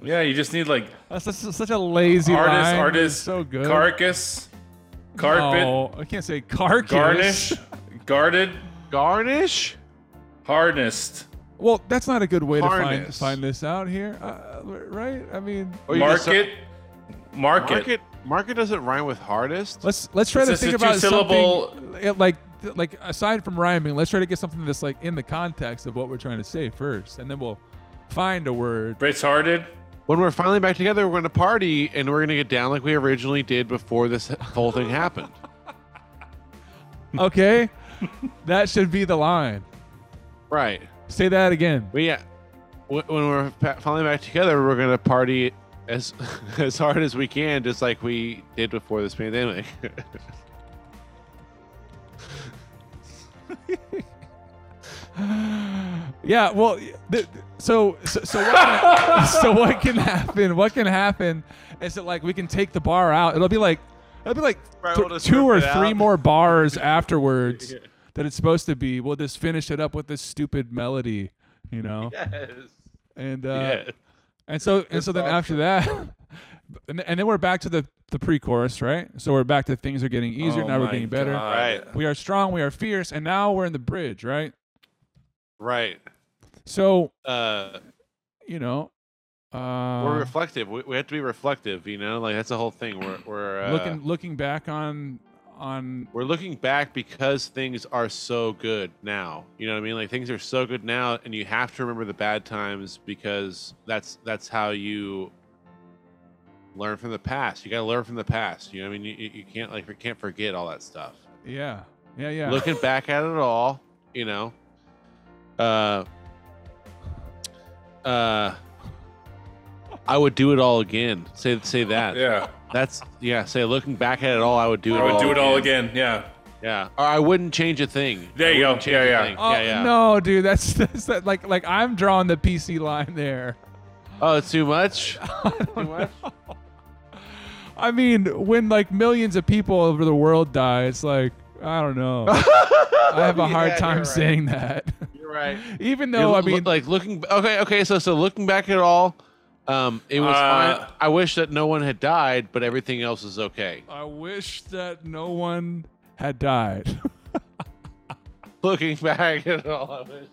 Yeah, you just need like That's, that's such a lazy artist, line. artist, It's so good. carcass, carpet, No, I can't say carcass. garnish, guarded, [LAUGHS] garnish harnessed. Well, that's not a good way to find Harness. Oh, find this out here, uh, right? I mean, Or you just- Market, market. Market market doesn't rhyme with hardest. let's let's try It's to just think a about two-syllable- something uh, like like aside from rhyming. Let's try to get something that's like in the context of what we're trying to say first, and then we'll find a word. Brits hearted. When we're finally back [LAUGHS] together, we're going to party and we're going to get down like we originally did before this whole thing happened. Okay, [LAUGHS] that should be the line. Right. Say that again. But yeah, wh- when we're pa- finally back together, we're gonna party as [LAUGHS] as hard as we can, just like we did before this pandemic. [LAUGHS] Yeah. Well, th- so so so what, can, [LAUGHS] so what can happen? What can happen is that like we can take the bar out. It'll be like it'll be like Right, th- we'll just two rip or it three out. [LAUGHS] more bars afterwards that it's supposed to be. We'll just finish it up with this stupid melody, you know. And uh, yeah. And so and so then after that, [LAUGHS] and, and then we're back to the the pre-chorus, right? So we're back to things are getting easier Oh now. We're my getting better. God. Right. We are strong. We are fierce. And now we're in the bridge, right? Right. So Uh, you know, we're uh, reflective. We, we have to be reflective. You know, like that's the whole thing. We're we're uh, looking looking back on on we're looking back because things are so good now. You know what I mean? Like things are so good now, and you have to remember the bad times because that's that's how you learn from the past. You got to learn from the past. You know what I mean? You, you you can't like you can't forget all that stuff. yeah yeah yeah Looking back at it all, you know, uh, uh, I would do it all again. Say say that. Yeah. That's yeah. Say looking back at it all, I would do it. I would all do it again. all again. Yeah. Yeah. Or I wouldn't change a thing. There you I go. wouldn't change Yeah, a yeah. thing. Oh, yeah, yeah. no, dude, that's [LAUGHS] that's that, like like I'm drawing the PC line there. Oh, it's too [LAUGHS] much? too much? I mean, when like millions of people over the world die, it's like I [LAUGHS] don't know. I have a hard time saying that. [LAUGHS] You're right. Even No, though I mean, like looking okay, okay, so so looking back at all, um it was Uh, fine. I wish that no one had died, but everything else is okay. [LAUGHS] I wish that no one had died. [LAUGHS] Looking back at all, I wish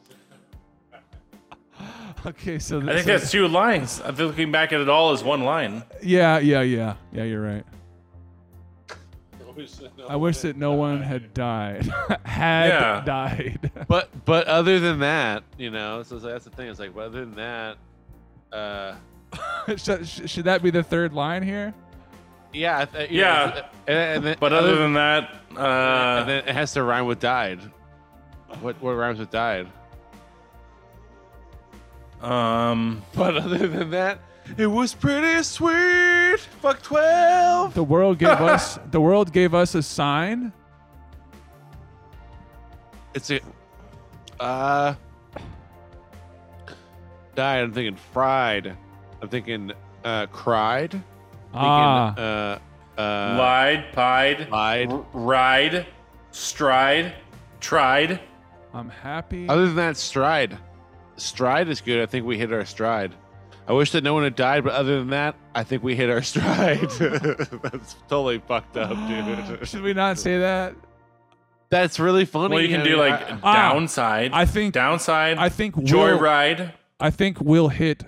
okay, so I this think that's two lines. I think looking back at it all is one line. yeah, yeah, yeah, yeah. You're right. [LAUGHS] I wish that no I wish that no one had died. [LAUGHS] had Yeah. died. [LAUGHS] [LAUGHS] But but other than that, you know, so, so that's the thing. It's like, well, other than that, uh should, sh- should that be the third line here? yeah, I th- you Yeah. know, and, and then, But other than that, uh, and then it has to rhyme with died. What what rhymes with died? um, [LAUGHS] But other than that, it was pretty sweet. Fuck 12. The world [LAUGHS] gave us the world gave us a sign. It's a. Uh. Died. I'm thinking fried. I'm thinking uh, cried. Thinking, Ah, Uh, uh, lied, pied, lied. r- ride, stride, tried. I'm happy. Other than that, stride. Stride is good. I think we hit our stride. I wish that no one had died, but other than that, I think we hit our [LAUGHS] stride. That's totally fucked up, [GASPS] dude. should we not say that? That's really funny. Well, you can I do mean, like I- Ah, downside. I think- downside. I think we'll, joyride, I think we'll hit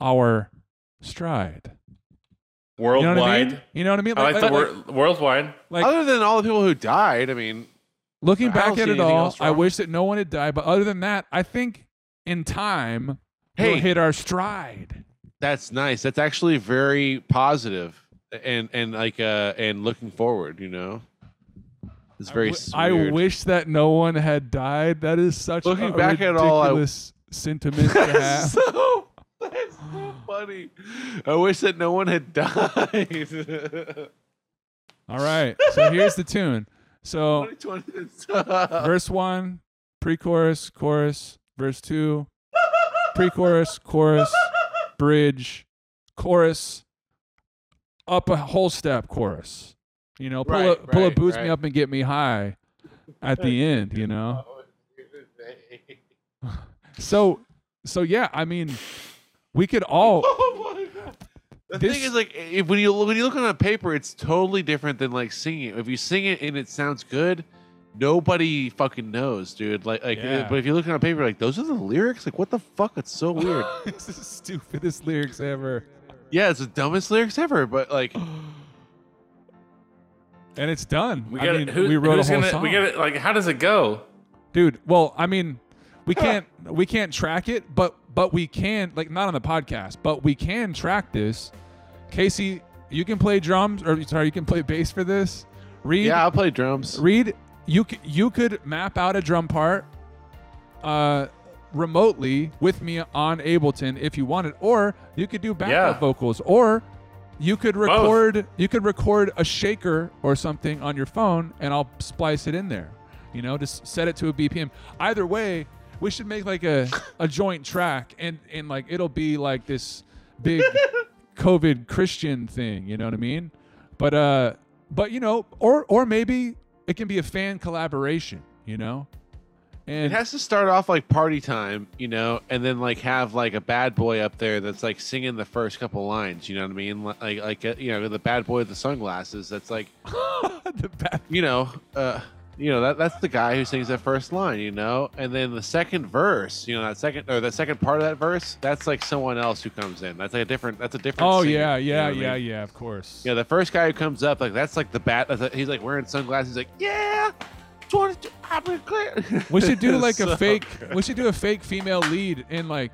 our stride. You know what I worldwide. mean? You know what I mean? I like, the like- word worldwide. Like- other than all the people who died, I mean, Looking I back don't at see it anything all, else I wrong. wish that no one had died. But other than that, I think in time Hey. we'll hit our stride. that's nice. That's actually very positive and and like uh and looking forward, you know. It's very I weird. [LAUGHS] wish that no one had died. That is such Looking a back at all, I- ridiculous sentiment to [LAUGHS] have. so that's so funny. I wish that no one had died. [LAUGHS] All right. So here's the tune. So 2020 is tough. verse one, pre-chorus, chorus. Verse two, pre-chorus, chorus, bridge, chorus, up a whole step, chorus. You know, pull Right, a pull a right, boost me right. up and get me high at the end. [LAUGHS] You know. So so yeah, I mean, we could all. [LAUGHS] [LAUGHS] Oh my god. The This- thing is, like, if, when you when you look on a paper, it's totally different than like singing. it. If you sing it and it sounds good, nobody fucking knows, dude. Like, like, Yeah. but if you look on a paper, like, those are the lyrics. Like, what the fuck? It's so weird. this is the stupidest lyrics ever, yeah, it's the dumbest lyrics ever. But like, Oh, and it's done. We I got. mean, who, we wrote a who's whole gonna, song. We got. Like, how does it go? dude well i mean we can't we can't track it but but we can like not on the podcast but we can track this casey you can play drums or sorry you can play bass for this reed yeah, I'll play drums. reed you c- you could map out a drum part uh, remotely with me on Ableton if you wanted, or you could do backup Yeah. vocals, or you could record you could record a shaker or something on your phone, and I'll splice it in there. You know, just set it to a BPM. Either way, we should make like [LAUGHS] a a joint track, and and like it'll be like this [LAUGHS] big COVID Christian thing. You know what I mean? But uh, but you know, or or maybe it can be a fan collaboration. You know, It and has to start off like party time, you know, and then like have like a bad boy up there that's like singing the first couple lines. You know what I mean? Like like uh, you know the bad boy with the sunglasses. That's like [LAUGHS] the bad you know, uh, you know that that's the guy who sings that first line, you know, and then the second verse, you know, that second or that second part of that verse, that's like someone else who comes in. That's like a different. That's a different. Oh singer, yeah, you know yeah, what I yeah, mean? yeah. Of course. Yeah, the first guy who comes up, like that's like the bat. That's like, he's like wearing sunglasses. He's like, yeah, 22 I've been clear." We should [LAUGHS] do [LAUGHS] like So- a fake. We should do a fake female lead in like,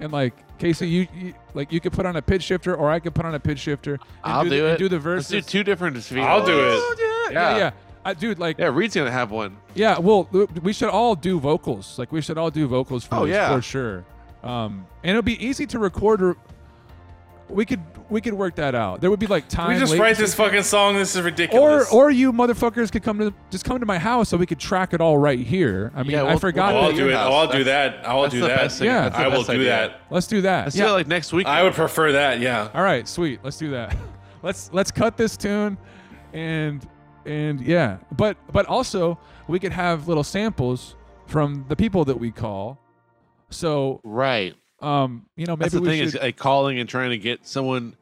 and like Casey, you, you like you could put on a pitch shifter, or I could put on a pitch shifter. And I'll do, the, and it. do the Let's verses. do two different. I'll do it. Oh, yeah, yeah, Yeah. yeah. I, dude, like, Yeah, Reed's gonna have one. yeah. Well, we should all do vocals. Like, we should all do vocals for Oh, this, yeah. for sure. Um, and it'll be easy to record. Or we could we could work that out. There would be like time. We just latency. write this fucking song. This is ridiculous. Or, or you motherfuckers could come to just come to my house so we could track it all right here. I mean, Yeah, I we'll- forgot. oh, I'll that- do it. That's- Oh, I'll do that. I'll that's do the that. best thing. Yeah. That's the I will best do idea. that. Let's do that. Let's Yeah. do it like next week. I would prefer that. Yeah. All right, sweet. Let's do that. [LAUGHS] Let's let's cut this tune, and and yeah, but but also we could have little samples from the people that we call. So right. um, you know, maybe That's the we thing should. is like calling and trying to get someone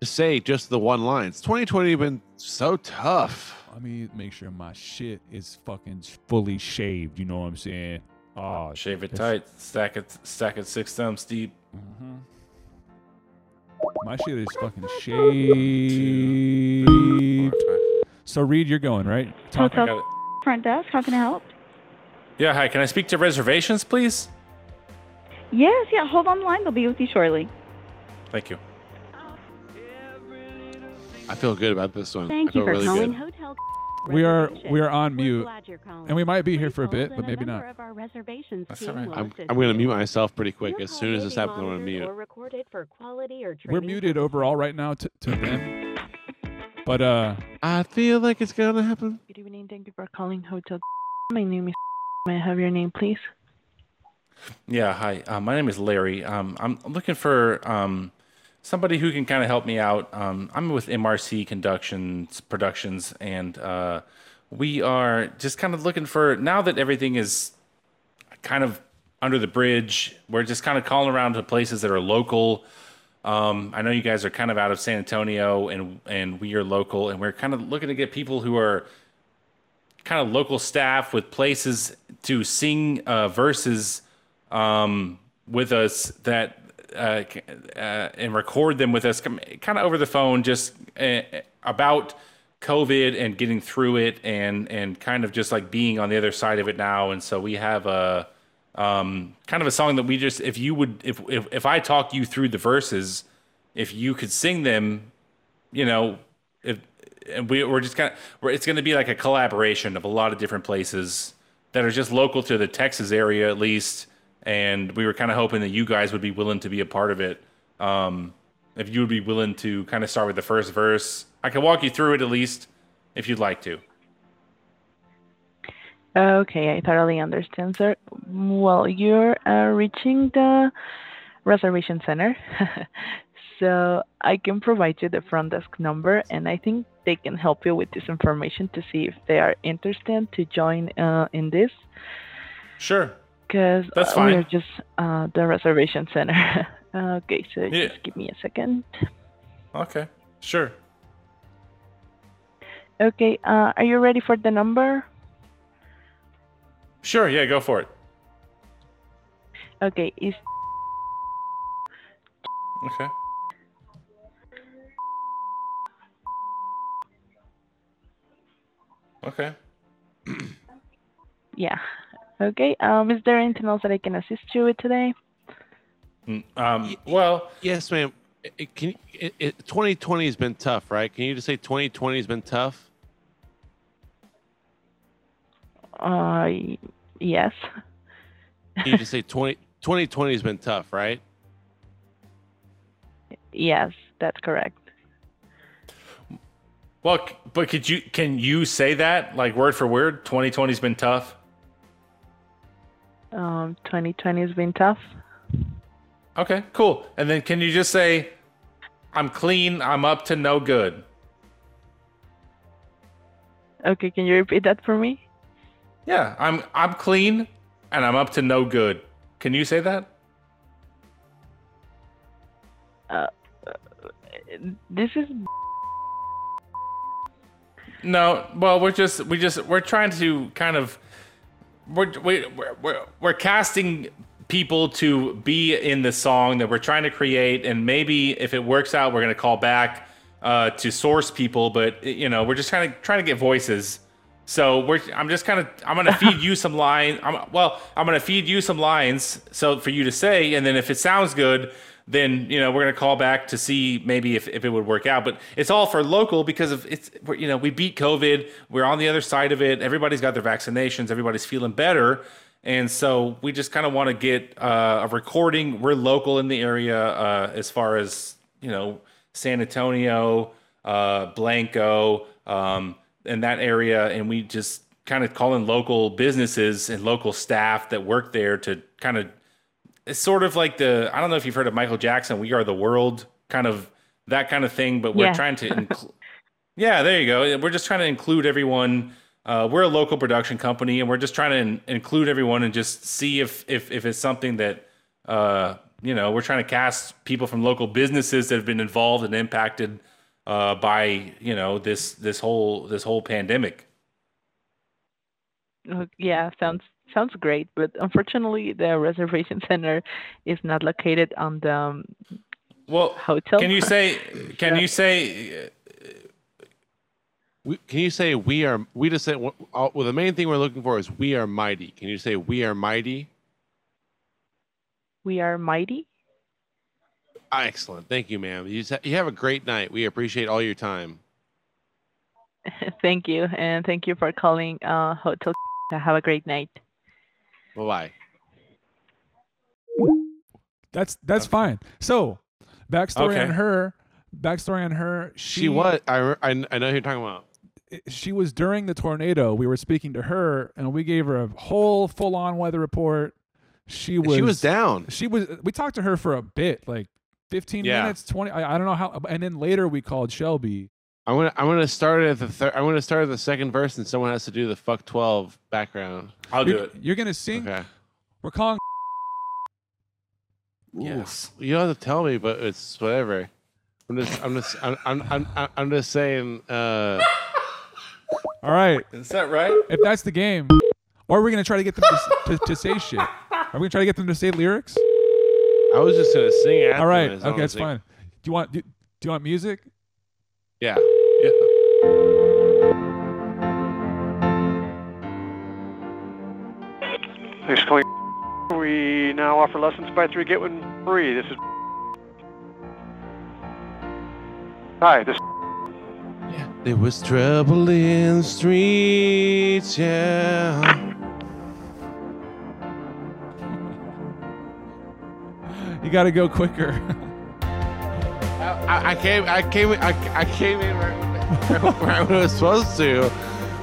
to say just the one line. It's 2020 been so tough. let me make sure my shit is fucking fully shaved. You know what I'm saying? Oh, Shave it tight. Stack it. Stack it six thumbs deep. my shit is fucking shaved. So Reed, you're going right? Talk- Got it. Front desk, how can I help? Yeah. Hi. Can I speak to reservations, please? Yes, yeah, hold on the line. They'll be with you shortly. Thank you. I feel good about this one. I Thank feel you for really calling good. Hotel. We are Reservations. we are on We're mute, glad you're calling. and we might be here for a Please bit, hold and but a maybe member not. of our reservations That's team all right. will I'm, assist I'm gonna you. mute myself pretty quick. Your As call soon as may this be happens, I'm gonna monitored mute. or recorded for quality or We're training muted overall right now to, to them. But uh I feel like it's gonna happen. Good evening. Thank you for calling Hotel. My name is. May I have your name, please? Yeah, hi. Uh, my name is Larry. Um, I'm looking for um, somebody who can kind of help me out. Um, I'm with MRC Conductions Productions, and uh, we are just kind of looking for now that everything is kind of under the bridge. We're just kind of calling around to places that are local. Um, I know you guys are kind of out of San Antonio, and and we are local, and we're kind of looking to get people who are kind of local staff with places to sing uh, verses um, with us that uh, c- uh, and record them with us kind of over the phone just uh, about covid and getting through it and and kind of just like being on the other side of it now and so we have a um, kind of a song that we just if you would if if, if i talk you through the verses if you could sing them you know, if and we we're just kind of it's going to be like a collaboration of a lot of different places that are just local to the Texas area at least, and we were kind of hoping that you guys would be willing to be a part of it. Um, if you would be willing to kind of start with the first verse, I can walk you through it at least if you'd like to. Okay, I thoroughly understand, sir. Well, you're uh, reaching the reservation center, [LAUGHS] so I can provide you the front desk number, and I think they can help you with this information to see if they are interested to join uh, in this, Sure. because That's uh, we fine. are just uh, the reservation center. [LAUGHS] okay, so Yeah. just give me a second. Okay. Sure. Okay, uh, are you ready for the number? Sure. Yeah. Go for it. Okay, it's Okay. Okay. yeah. Okay, um, is there anything else that I can assist you with today? Mm, Um, well, Yes, ma'am. It- it- can you- it, it, 2020 has been tough, right? Can you just say 2020 has been tough? Uh, y- yes. Can you just say 20, 2020 has been tough, right? Yes, that's correct. Well, c- but could you can you say that like word for word? 2020's been tough. Um, 2020 has been tough. Okay, cool. And then can you just say, "I'm clean. I'm up to no good." Okay, can you repeat that for me? Yeah, I'm I'm clean and I'm up to no good. Can you say that? This is No. Well, we're just we just we're trying to kind of we're we- we're we're, we're casting people to be in the song that we're trying to create, and maybe if it works out, we're gonna call back uh, to source people. But you know, we're just kind of trying to get voices. So we're I'm just kind of I'm gonna feed you some lines. I'm, well, I'm gonna feed you some lines so for you to say, and then if it sounds good. Then you know we're gonna call back to see maybe if, if it would work out, but it's all for local because of it's we're- you know we beat COVID, we're on the other side of it. Everybody's got their vaccinations, everybody's feeling better, and so we just kind of want to get uh, a recording. We're local in the area uh, as far as, you know, San Antonio, uh, Blanco, um, and that area. And we just kind of call in local businesses and local staff that work there to kind of, it's sort of like the, I don't know if you've heard of Michael Jackson, We Are the World, kind of that kind of thing, but we're Yeah. trying to include. Yeah, there you go. We're just trying to include everyone. Uh, we're a local production company, and we're just trying to in- include everyone and just see if if if it's something that uh, you know we're trying to cast people from local businesses that have been involved and impacted uh, by you know this this whole this whole pandemic. Oh, Yeah, sounds sounds great, but unfortunately the [LAUGHS] reservation center is not located on the um, Well, hotel. can you say can you say uh, We, can you say we are? We just said well, uh, well. The main thing we're looking for is we are mighty. Can you say we are mighty? we are mighty? [LAUGHS] Ah, Excellent. Thank you, ma'am. You, just ha- you have a great night. We appreciate all your time. thank you, and thank you for calling uh, Hotel. Have a great night. Bye bye. That's that's fine. So, backstory Okay. on her. Backstory on her. She, She was. I, re- I, kn- I know who you're talking about. She was during the tornado. We were speaking to her, and we gave her a whole full-on weather report. She And was. she was down. She was. We talked to her for a bit, like fifteen Yeah. minutes, twenty. I, I don't know how. And then later we called Shelby. I'm gonna I'm gonna start at the third. I'm gonna start at the second verse, and someone has to do the fuck twelve background. I'll do You're, it? you're gonna sing. Okay. We're calling. Yes. You don't have to tell me, but it's whatever. I'm just I'm just I'm I'm I'm, I'm- I'm just saying. Uh, All right. Is that right? If that's the game, or we're gonna try to get them to, to, to say shit. Are we gonna try to get them to say lyrics? I was just gonna sing. After All right. this, Okay, it's honestly. fine. Do you want do, do you want music? Yeah. Yeah. Thanks for calling. We now offer lessons by three, get one free. This is. Hi, this. There was trouble in the streets, yeah. You gotta go quicker. I, I came, I came, I, I came in right, [LAUGHS] right where I was supposed to.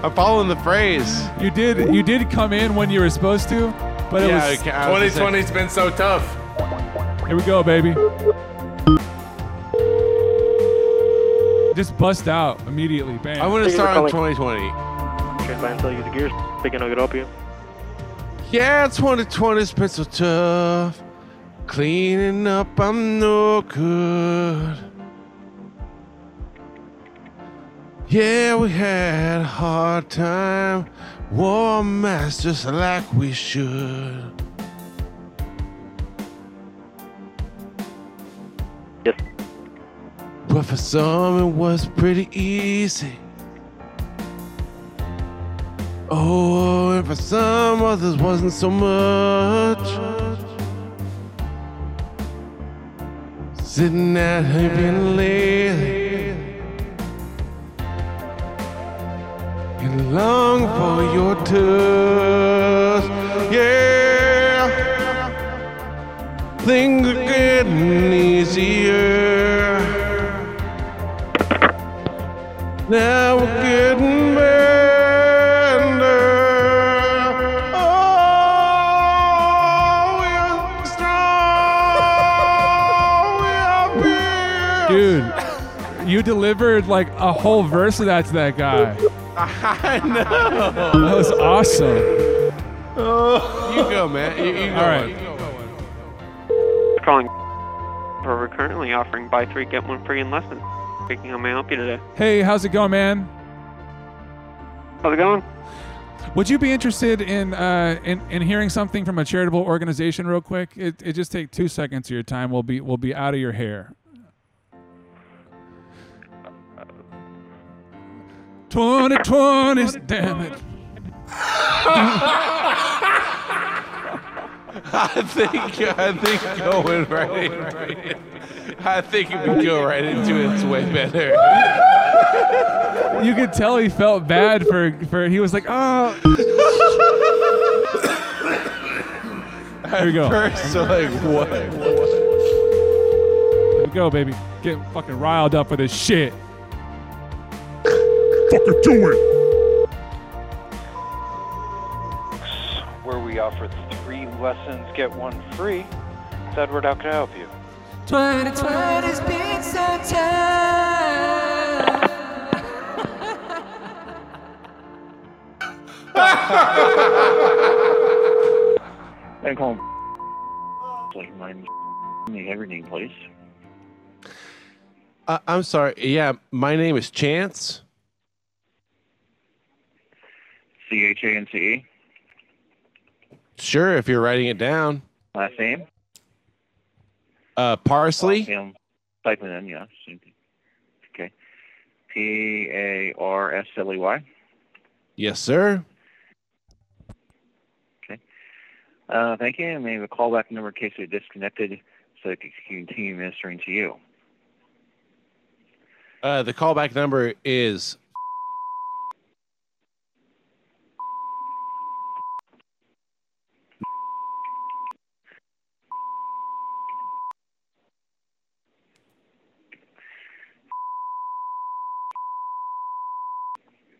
I'm following the phrase. you did you did come in when you were supposed to, but it was okay, I was just saying- 2020's been so tough. here we go, baby. Just bust out immediately, bam. I'm gonna Thank you for start on calling. 2020. Check by and tell you the gears. They can hook it up you. Yeah, 2020's been so tough. Cleaning up, I'm no good. Yeah, we had a hard time. War mass just like we should. Yes. But for some, it was pretty easy. Oh, and for some others, wasn't so much. Sitting at home being lazy and long for your touch. Oh, You delivered like a whole verse of that to that guy. [LAUGHS] I know. That was awesome. You go, man. You, you go. All right. Calling. We're currently offering buy three get one free in less than. Speaking, how may I help you today? Hey, how's it going, man? How's it going? Would you be interested in uh, in, in hearing something from a charitable organization real quick? It, it just take two seconds of your time. We'll be we'll be out of your hair. Twenty twenty, damn it. I think I think going right. [LAUGHS] I think it would go right into it. It's way better. You could tell he felt bad for for he was like, oh. Here we go. First, so like what? Here we go, baby. Getting fucking riled up with this shit. Fucking do it. where we offer three lessons, get one free. It's Edward, how can I help you? 2020's been so I call him like my everything, please. I, I'm sorry. Yeah, my name is Chance. C H A N C E. Sure, if you're writing it down. Last name. Uh, parsley. Him. Type it in. Yeah. same thing. Okay. P A R S L E Y. Yes, sir. Uh, thank you. And maybe a callback number in case you're disconnected, so I can continue ministering to you. Uh, the callback number is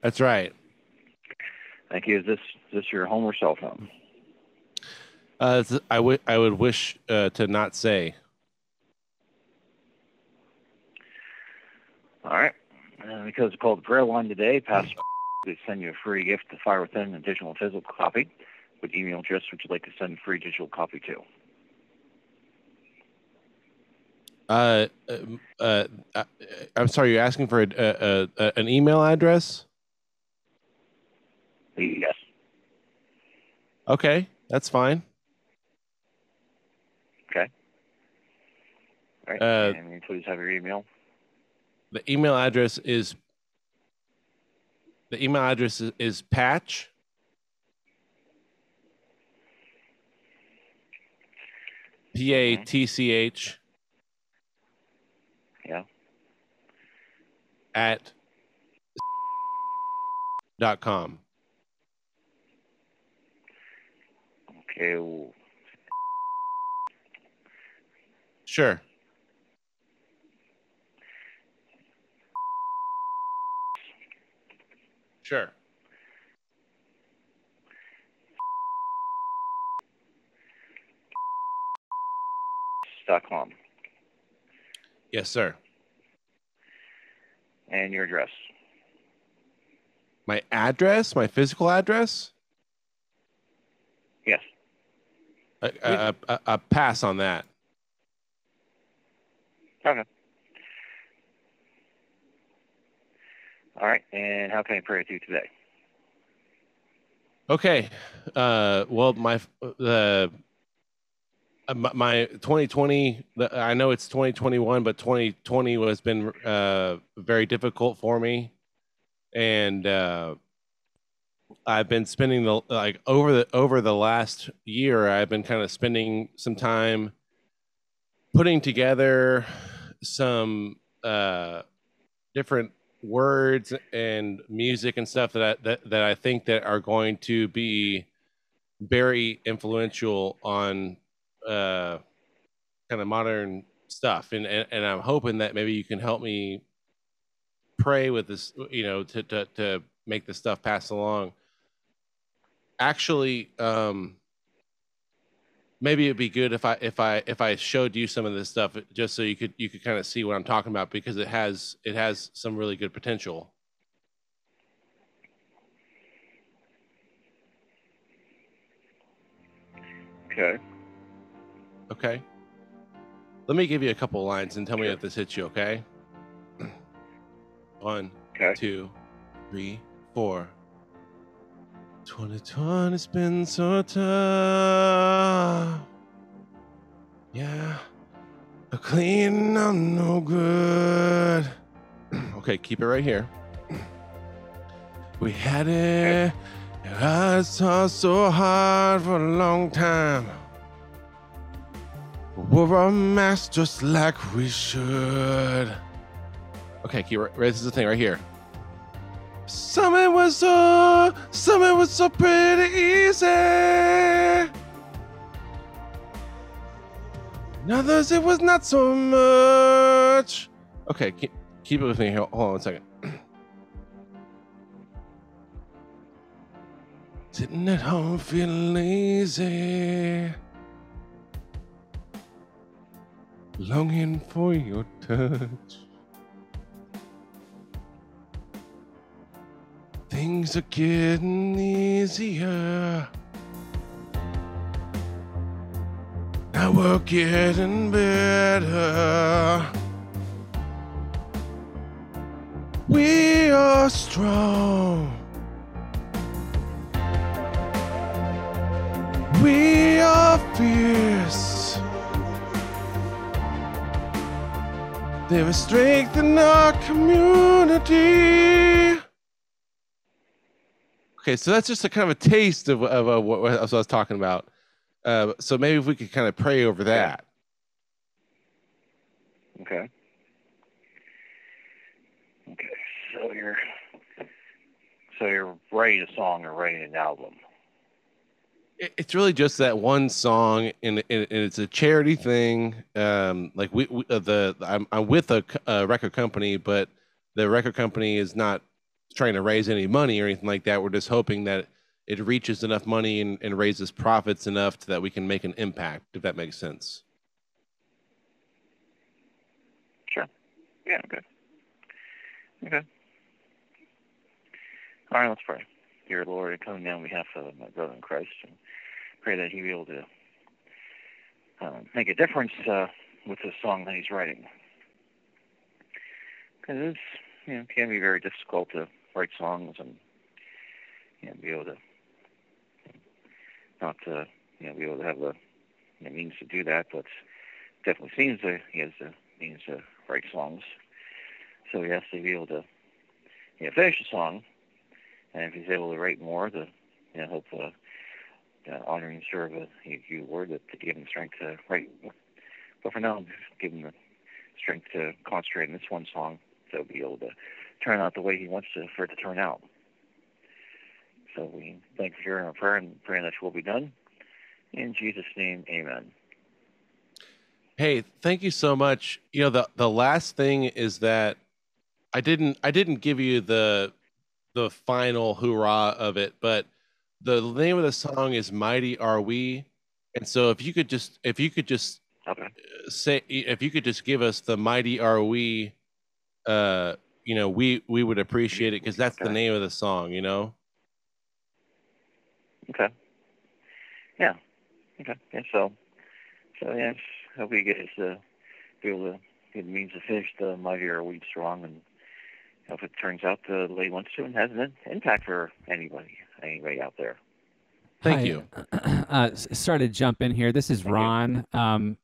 That's right. Thank you. Is this is this your home or cell phone? Uh, it's- I would I would wish uh, to not say. All right. Uh, because it's called the prayer line today, Pastor would send you a free gift to Fire Within, a digital and physical copy. What email address would you like to send a free digital copy to? Uh, um, uh, I, I'm sorry. You're asking for a, a, a, a- an email address. Yes. Okay, that's fine. Okay. All right. Uh, and you please have your email. The email address is. The email address is, is patch. P a t c h. Yeah. At. Dot com. Okay. well, Sure. Sure. Dot com. Yes, sir. And your address. My address, my physical address. Yes. A, a, a, a pass on that. Okay. All right. And how can I pray with you today? Okay. Uh, well, my the uh, my- my 2020. the- I know it's 2021, but 2020 has been uh, very difficult for me, and uh, I've been spending the like over the over the last year. I've been kind of spending some time putting together some uh, different words and music and stuff that I, that that I think that are going to be very influential on uh, kind of modern stuff, and, and and I'm hoping that maybe you can help me pray with this, you know, to to to make this stuff pass along. Actually, um, maybe it'd be good if I if I if I showed you some of this stuff just so you could you could kind of see what I'm talking about because it has it has some really good potential. Okay. Okay. Let me give you a couple lines and tell me if this hits you, okay? [CLEARS THROAT] One, two, three, four. 2020 has been so tough. Yeah. A clean, I'm no good. [CLEARS THROAT] okay, keep it right here. We had it. and I tossed so hard for a long time. We're a mess just like we should. Okay, keep right. This is the thing right here. Summer was so, summer was so pretty easy. In others, it was not so much. Okay, keep, keep it with me here. Hold on one second. [CLEARS THROAT] Sitting at home feeling lazy. Longing for your touch. Things are getting easier. Now we're getting better. We are strong. We are fierce. There is strength in our community. Okay, so that's just a kind of a taste of, of, uh, what, what I was talking about. Uh, so maybe if we could kind of pray over that. Okay. Okay. So you're so you're writing a song or writing an album. It- It's really just that one song, and, and and it's a charity thing. Um, like we, we uh, the I'm, I'm with a, c- a record company, but the record company is not trying to raise any money or anything like that. We're just hoping that it reaches enough money and, and raises profits enough to, that we can make an impact. If that makes sense. Yeah, okay. Okay. All right, let's pray. Dear Lord, I come now on behalf of my brother in Christ and pray that he be able to uh, make a difference uh, with this song that he's writing. Because it's, you know, can be very difficult to write songs and you know, be able to not to, you know, be able to have the you know, means to do that, but definitely seems that he has the means to write songs. So he has to be able to you know, finish a song, and if he's able to write more, to you know, help uh, uh, honor and serve uh, you, you Lord, that to give him strength to write. more. But for now, just give him the strength to concentrate on this one song, so he'll be able to turn out the way he wants to, for it to turn out. So we thank you for hearing our prayer and praying that will be done. In Jesus' name, amen. Hey, thank you so much. You know, the the last thing is that I didn't I didn't give you the the final hoorah of it, but the name of the song is "Mighty Are We," and so if you could just if you could just uh, say if you could just give us the "Mighty Are We," uh, you know, we we would appreciate it because that's the name of the song, you know. Okay. Yeah. Okay. Yeah, so, so yes, hope you guys uh, be able to get the means to finish the mightier weed strong, and hope it turns out the way it wants to and has an impact for anybody, anybody out there. Thank you. [CLEARS THROAT] uh, s- sorry to jump in here. This is Ron. Um,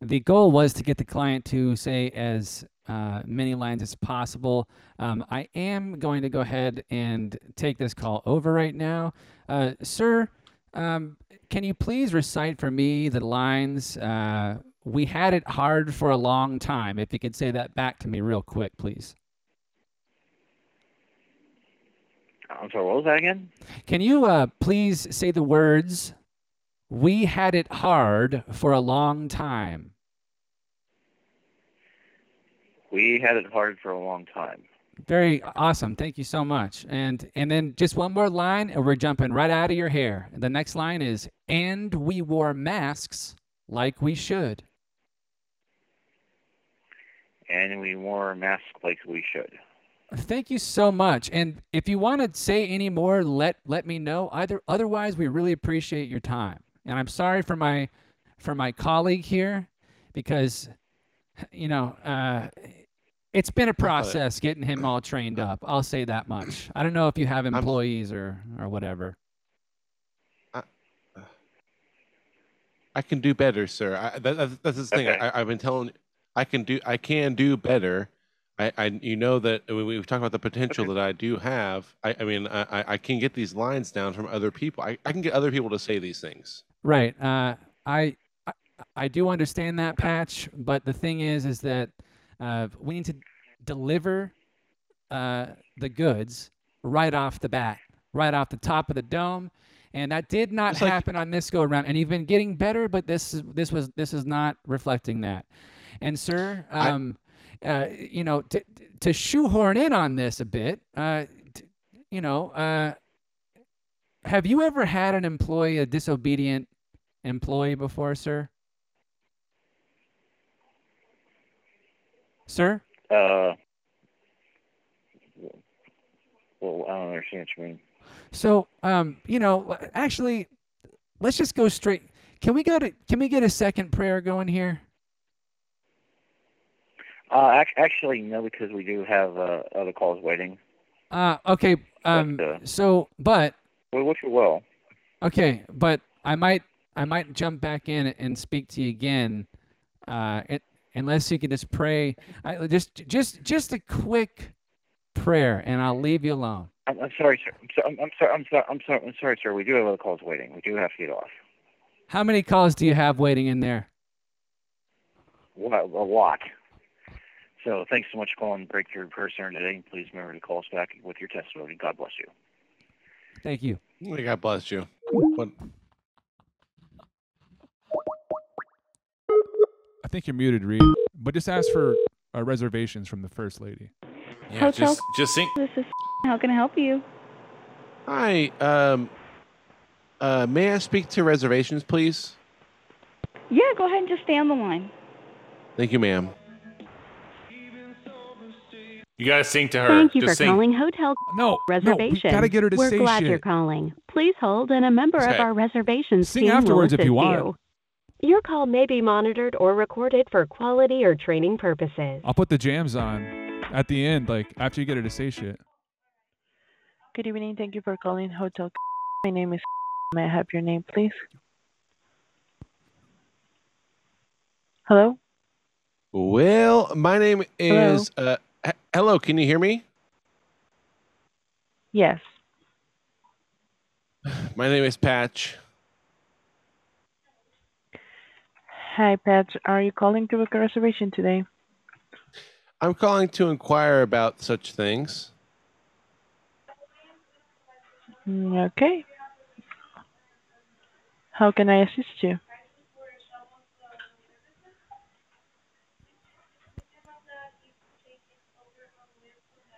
the goal was to get the client to say as uh, many lines as possible. Um, I am going to go ahead and take this call over right now. Uh, sir, um, can you please recite for me the lines? Uh, we had it hard for a long time. If you could say that back to me real quick, please. I'm sorry, what was that again? Can you uh, please say the words, We had it hard for a long time? We had it hard for a long time. Very awesome. Thank you so much. And and then just one more line, and we're jumping right out of your hair. The next line is, "And we wore masks like we should." and we wore masks like we should. Thank you so much. And if you want to say any more, let let me know. Either otherwise, we really appreciate your time. And I'm sorry for my for my colleague here, because you know uh, it's been a process getting him all trained up. I'll say that much. I don't know if you have employees or or whatever. I can do better, sir. I, that, that's, that's the thing. I, I've been telling I can do I can do better. I, I you know that we, we've talked about the potential that I do have. I, I mean I, I- I can get these lines down from other people. I, I can get other people to say these things. Right. Uh, I, I I do understand that patch, but the thing is, is that uh, we need to deliver uh, the goods right off the bat, right off the top of the dome, and that did not happen on this go around. And you've been getting better, but this is this was this is not reflecting that. And sir, I- um, uh, you know, to to shoehorn in on this a bit, uh, t- you know. Uh, have you ever had an employee, a disobedient employee before, sir? Sir? Uh, well, I don't understand what you mean. So, um, you know, l- actually, let's just go straight. Can we go to, can we get a second prayer going here? Uh, ac- actually, no, because we do have uh, other calls waiting. Uh, okay. Um, so, but, Well, which we will. okay, but I might, I might jump back in and speak to you again. Uh, it, unless you can just pray, I, just, just, just a quick prayer and I'll leave you alone. I'm, I'm sorry, sir. I'm, so, I'm, I'm sorry. I'm sorry. I'm sorry. I'm sorry, sir. We do have other calls waiting. We do have to get off. How many calls do you have waiting in there? What, a lot. So thanks so much for calling Breakthrough Prayer Center today. Please remember to call us back with your testimony. God bless you. Thank you. God bless you. But I think you're muted, Reed. But just ask for uh, reservations from the first lady. Yeah, Hotel. just just sing. This is how can I help you? hi, um, uh, may I speak to reservations, please? Yeah, go ahead and just stay on the line. Thank you, ma'am. You gotta sing to her. Thank you just for sing. calling Hotel no, Reservation. gotta get her to We're say glad shit. you're calling. Please hold, and a member Say- of our reservation sing team afterwards will if you assist want. you. Your call may be monitored or recorded for quality or training purposes. I'll put the jams on at the end, like after you get her to say shit. Good evening. Thank you for calling Hotel. My name is. May I have your name, please? Hello. Well, my name is uh, h- hello. Can you hear me? Yes. My name is Patch. Hi, Pat. Are you calling to book a reservation today? I'm calling to inquire about such things. Mm, Okay. How can I assist you?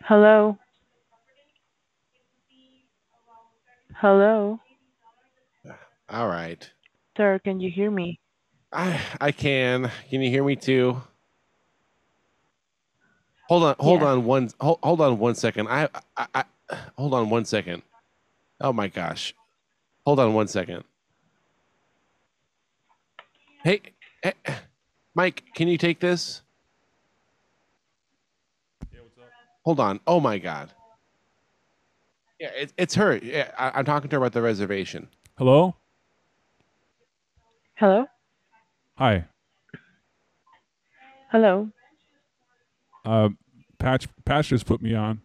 Hello. Hello, All right. sir. Can you hear me? I I can. Can you hear me too? Hold on. Hold on one. Hold, hold on one second. I, I I hold on one second. Oh my gosh. Hold on one second. Hey, eh, Mike, can you take this? Hold on. Oh my god. Yeah, it, it's her. Yeah, I, I'm talking to her about the reservation. Hello? Hello. Hi. Hello. Uh, Patch Patch just put me on.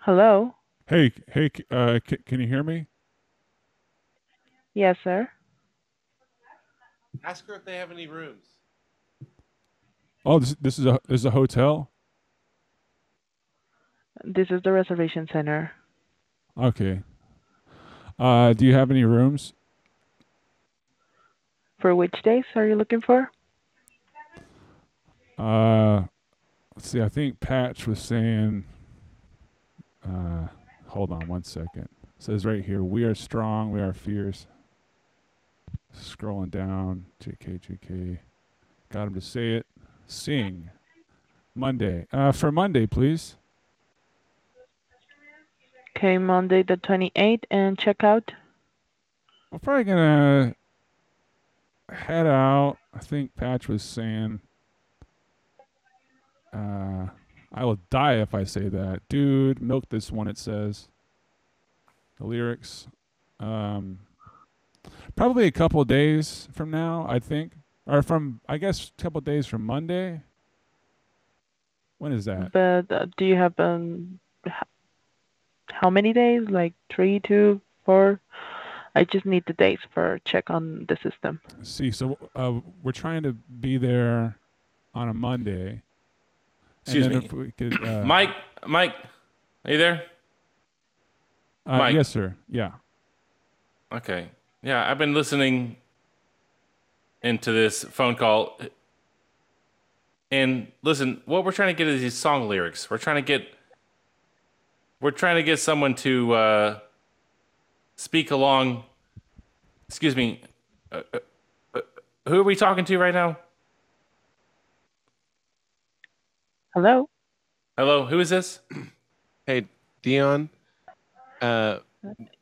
Hello. Hey, hey, c- uh, c- can you hear me? Yes, sir. Ask her if they have any rooms. Oh, this, this is a this is a hotel. This is the reservation center. Okay. Uh, do you have any rooms? For which days are you looking for? Uh, Let's see. I think Patch was saying. Uh, hold on one second. It says right here, we are strong, we are fierce. Scrolling down, JK, JK. Got him to say it. Sing. Monday. Uh, for Monday, please. Okay, Monday the 28th, and check out. We're probably gonna head out. I think Patch was saying, uh, "I will die if I say that, Uh, dude." Milk this one. It says the lyrics. Um, probably a couple days from now, I think, or from I guess a couple days from Monday. When is that? But uh, do you have um, h- how many days? Like three, two, four? I just need the dates for check on the system. See, so uh, we're trying to be there on a Monday. Excuse and then me. If we could, uh, Mike, Mike, are you there? uh, Mike. Yes, sir. Yeah. Okay. Yeah, I've been listening into this phone call. And listen, what we're trying to get is these song lyrics. We're trying to get we're trying to get someone to uh, speak along. Excuse me. Uh, uh, uh, who are we talking to right now? Hello? Hello, who is this? Hey, Dion. Uh,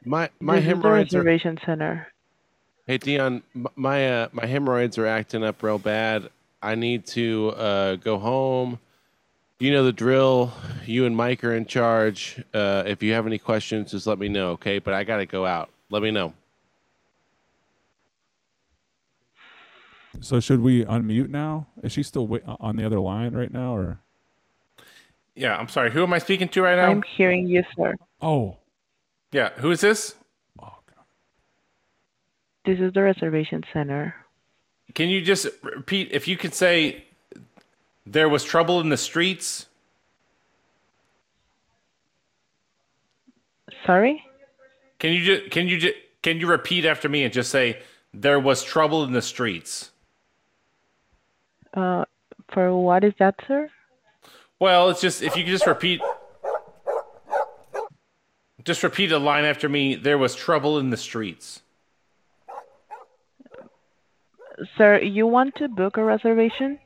my my This is the hemorrhoids are reservation center. Hey Dion, m- my uh, my hemorrhoids are acting up real bad. I need to uh, go home. You know the drill. You and Mike are in charge. Uh, if you have any questions, just let me know, okay? But I gotta go out. Let me know. So should we unmute now? Is she still wait- on the other line right now, or? Yeah, I'm sorry. Who am I speaking to right now? I'm hearing you, sir. Oh. Yeah, who is this? This is the reservation center. Can you just repeat if you could say there was trouble in the streets? Sorry? Can you just can you just can you repeat after me and just say there was trouble in the streets? Uh, for what is that, sir? Well, it's just if you could just repeat just repeat a line after me, there was trouble in the streets. Sir, you want to book a reservation?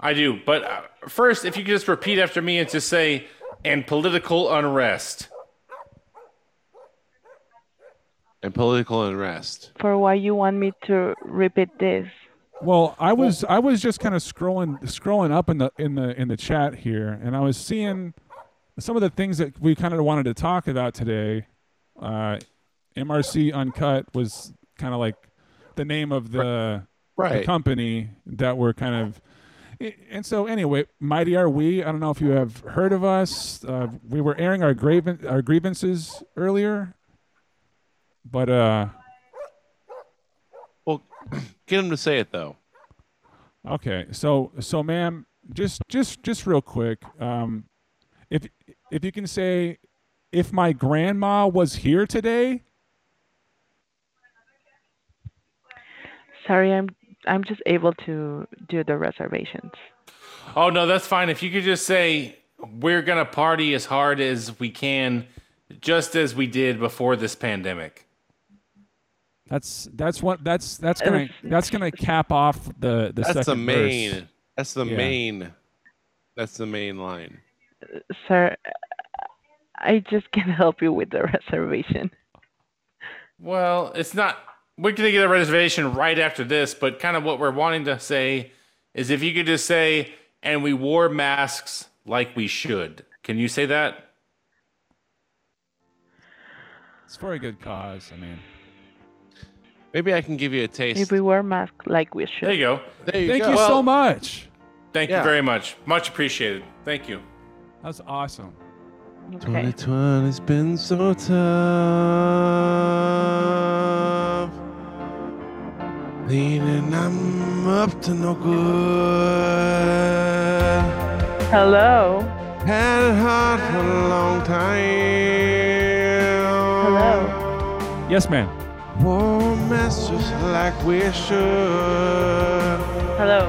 I do, but uh, first if you could just repeat after me and just say and political unrest. And political unrest. For why you want me to repeat this? Well, I was I was just kind of scrolling scrolling up in the in the in the chat here, and I was seeing some of the things that we kind of wanted to talk about today. Uh, MRC Uncut was kind of like the name of the, the Right. company that we're kind of. i- And so, anyway, Mighty Are We? I don't know if you have heard of us. Uh, we were airing our, graven- our grievances earlier, but uh, Well, [CLEARS THROAT] get him to say it though. Okay, so so ma'am, just just just real quick, um, if if you can say, if my grandma was here today, Sorry, I'm I'm just able to do the reservations. Oh no, that's fine. If you could just say we're gonna party as hard as we can, just as we did before this pandemic. That's that's what that's that's gonna that's gonna cap off the the That's the second main. verse. That's the Yeah. main. That's the main line. Sir, I just can't help you with the [LAUGHS] reservation. Well, it's not. We're gonna get a reservation right after this, but kind of what we're wanting to say is if you could just say, "And we wore masks like we should." Can you say that? It's for a good cause. I mean, Maybe I can give you a taste. If we wear mask like we should. There you go. There you thank go. you so Well, much. Thank Yeah. you very much. Much appreciated. Thank you. That's awesome. 2020 has been so tough. Leaning, I'm up to no good. Hello. Had it hard for a long time. Hello. Yes, ma'am. Wore masks just like we should. Hello.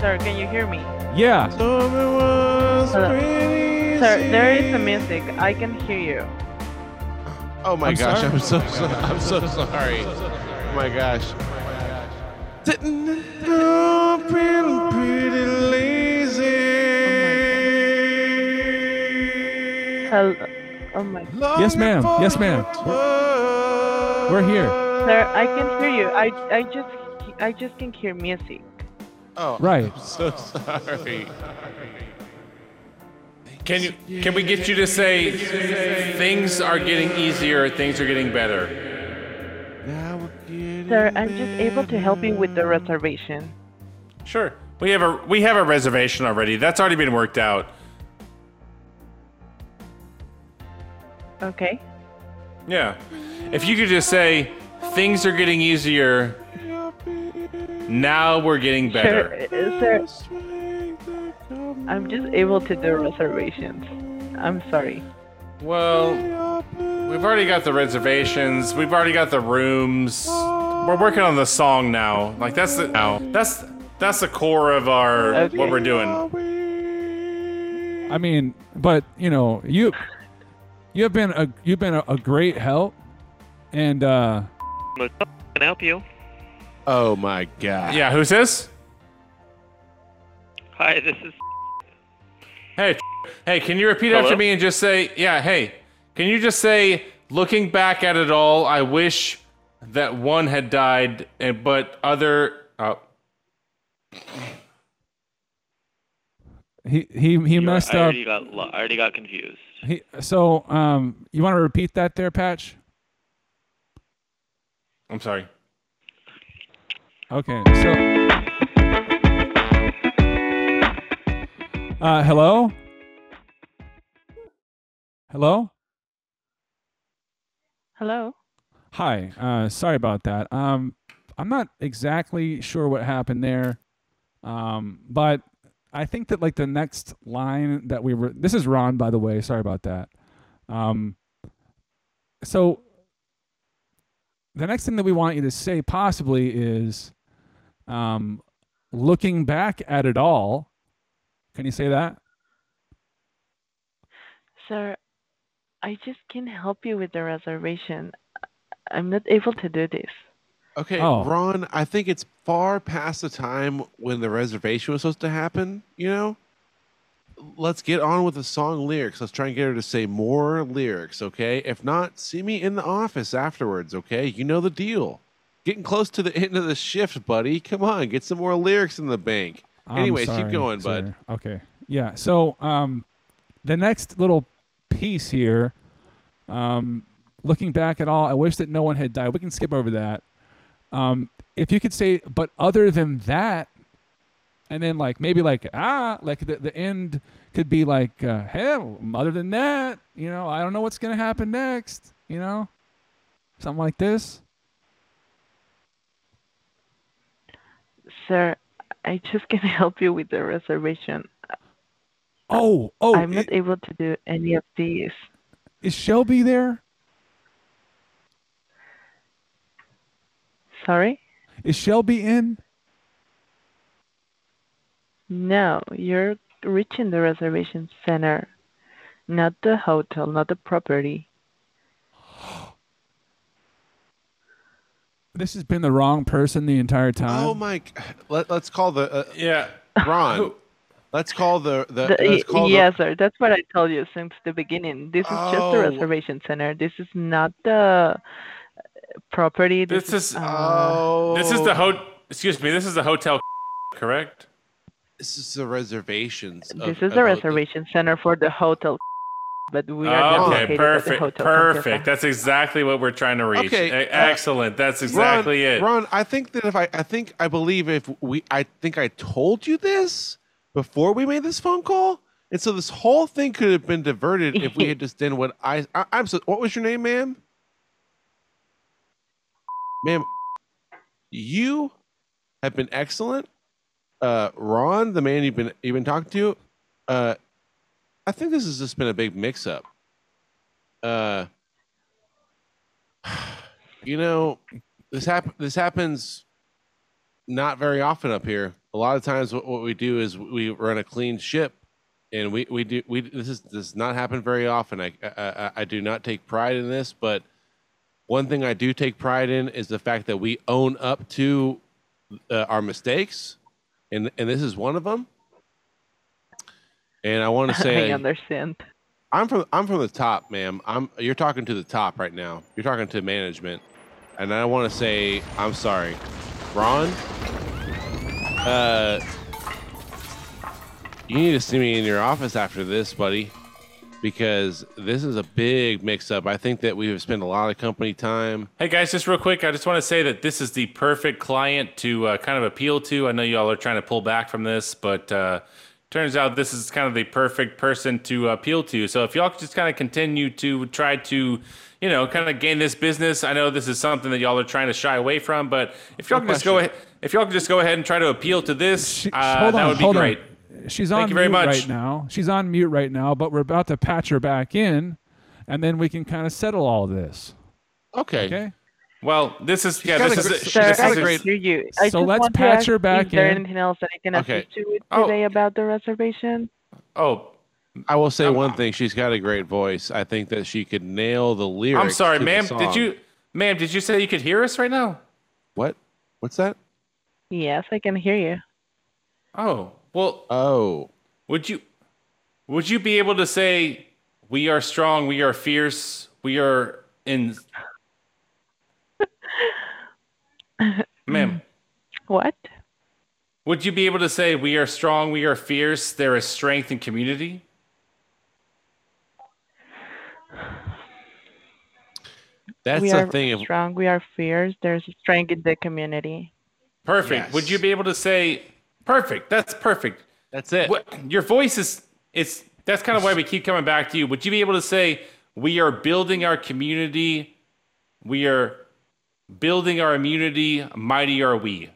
Sir, can you hear me? Yeah. Sir, there is a music. I can hear you. Oh my I'm gosh, sorry. I'm so, so I'm so sorry. Oh my gosh. Sitting up and pretty lazy. Hello. Oh my. Yes, ma'am. Yes, ma'am. We're, we're here. Sir, I can hear you. I, I just I just can hear music. Oh, Right. I'm so sorry. Can you? Can we get you to say things are getting easier, things are getting better? Sir, I'm just able to help you with the reservation. Sure. We have a we have a reservation already. That's already been worked out. Okay. Yeah. If you could just say things are getting easier, now we're getting better. [LAUGHS] Sir, uh, sir, I'm just able to do reservations. I'm sorry. Well, we've already got the reservations. We've already got the rooms. We're working on the song now. Like that's the now. That's that's the core of our what we're doing. I mean, but you know, you you have been a you've been a, a great help, and uh, Can I help you? Oh my god. Yeah, who's this? Hi, this is. Hey, hey, can you repeat after Hello? me and just say, yeah, hey, can you just say, looking back at it all, I wish that one had died, and but other, oh, he he he messed I up. already got. lo- I already got confused. He, so um, you want to repeat that there, Patch? I'm sorry. Okay. So. Uh, hello. Hello. Hello. Hi. Uh, sorry about that. Um, I'm not exactly sure what happened there, um, but I think that like the next line that we were. This is Ron, by the way. Sorry about that. Um, so the next thing that we want you to say possibly is, um, looking back at it all. Can you say that? Sir, I just can't help you with the reservation. I'm not able to do this. Okay, Oh. Ron, I think it's far past the time when the reservation was supposed to happen, you know? Let's get on with the song lyrics. Let's try and get her to say more lyrics, okay? If not, see me in the office afterwards, okay? You know the deal. Getting close to the [LAUGHS] end of the shift, buddy. Come on, get some more lyrics in the bank. I'm Anyways, sorry, keep going, bud. sir. Okay. Yeah. So um, the next little piece here, um, looking back at all, I wish that no one had died. We can skip over that. Um, if you could say, but other than that, and then like maybe like ah, like the, the end could be like uh, hell. Other than that, you know, I don't know what's gonna happen next. You know, something like this. Sir, I just can't [LAUGHS] help you with the reservation. Oh, oh. I'm not able to do any of these. Is Shelby there? Sorry? Is Shelby in? No, you're reaching the reservation center, not the hotel, not the property. This has been the wrong person the entire time. Oh my! g- [SIGHS] Let, let's call the uh, [LAUGHS] yeah Ron. let's call the Uh, the, The- let's call the- yes, sir. That's what I told you since the beginning. This is just the Oh. reservation center. This is not the property. This, This is oh. Oh. uh, this is the ho. Excuse me. This is the hotel, correct? This is the reservations. This is the reservation center for the hotel, but we are not located Oh, okay, at perfect, the hotel. perfect. That's exactly what we're trying to reach. Okay, E- uh, excellent. That's exactly Ron, it. Ron, I think that if I, I think I believe if we, I think I told you this before we made this phone call, and so this whole thing could have been diverted if we had just done what I, I I'm so. What was your name, ma'am? Ma'am, you have been excellent. Uh, Ron, the man you've been you've been talking to, uh, I think this has just been a big mix-up. Uh, [SIGHS] you know, this hap- this happens not very often up here. A a lot of times what, what we do is we run a clean ship and we, we do we this is does not happen very often I, I I- I do not take pride in this but one thing i do take pride in is the fact that we own up to uh, our mistakes and and this is one of them and i want to say I understand. I'm from I'm from the top, ma'am. I'm you're talking to the top right now. You're talking to management, and I want to say I'm sorry, Ron. Uh, you need to see me in your office after this, buddy, because this is a big mix-up. I think that we have spent a lot of company time. Hey guys, just real quick, I just want to say that this is the perfect client to uh, kind of appeal to. I know y'all are trying to pull back from this, but uh, turns out this is kind of the perfect person to appeal to. So if y'all could just kind of continue to try to, you know, kind of gain this business, I know this is something that y'all are trying to shy away from, but if y'all No could just go question. ahead, if y'all could just go ahead and try to appeal to this, uh, hold on, that would be hold great. On. She's on Thank you very mute much. right now. She's on mute right now, but we're about to patch her back in, and then we can kind of settle all this. Okay. Okay. Well, this is yeah, got this a is great- this Sir, is I a can great. hear You, I So just let's want to patch ask her you, back Is there in. anything else that I can Okay. assist you with today about the reservation? Oh, I will say one thing. She's got a great voice. I think that she could nail the lyrics. I'm sorry, to the ma'am. Did song. you, ma'am? Did you say you could hear us right now? What? What's that? Yes, I can hear you. Oh, well. Oh. Would you would you be able to say we are strong, we are fierce, we are in Ma'am, What? would you be able to say we are strong, we are fierce, there is strength in community? That's we the are thing. If, strong. We are fierce. There's strength in the community. Perfect. Would you be able to say perfect? That's perfect. That's it. your voice is it's that's kind of why we keep coming back to you. Would you be able to say we are building our community, we are building our immunity, mighty are we?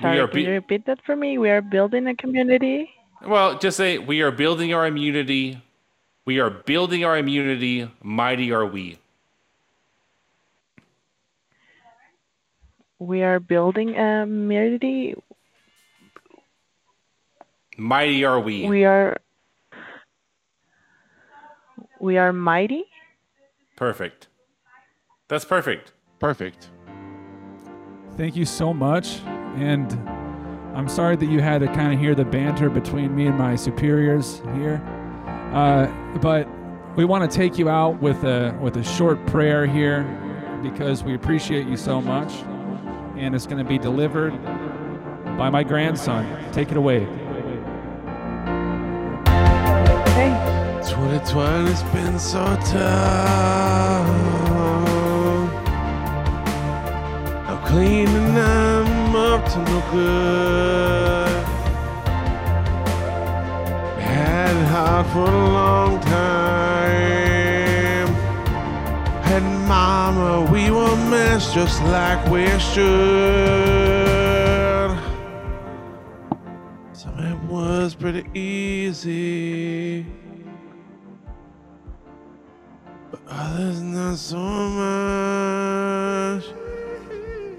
Sorry, are can be- you repeat that for me? We are building a community. Well, just say we are building our immunity. We are building our immunity. Mighty are we. We are building a community. Mighty are we. We are. We are mighty. Perfect. That's perfect. Perfect. Thank you so much, and I'm sorry that you had to kind of hear the banter between me and my superiors here. Uh, but we want to take you out with a with a short prayer here because we appreciate you so much, and it's going to be delivered by my grandson. Take it away. Okay. 2020's been so tough. I'm cleaning them up to no good. Had it hard for a long time. And mama, we were messed just like we should. So it was pretty easy. But others not so much.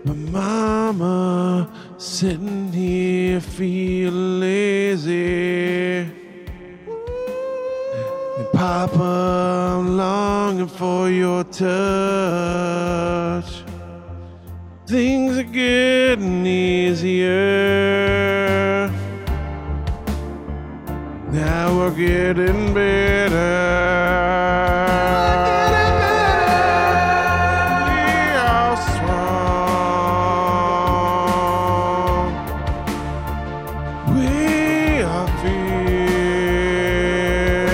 But mama sitting here feeling lazy. And papa, I'm longing for your touch. Things are getting easier. Now we're getting better. We are strong. We are fierce.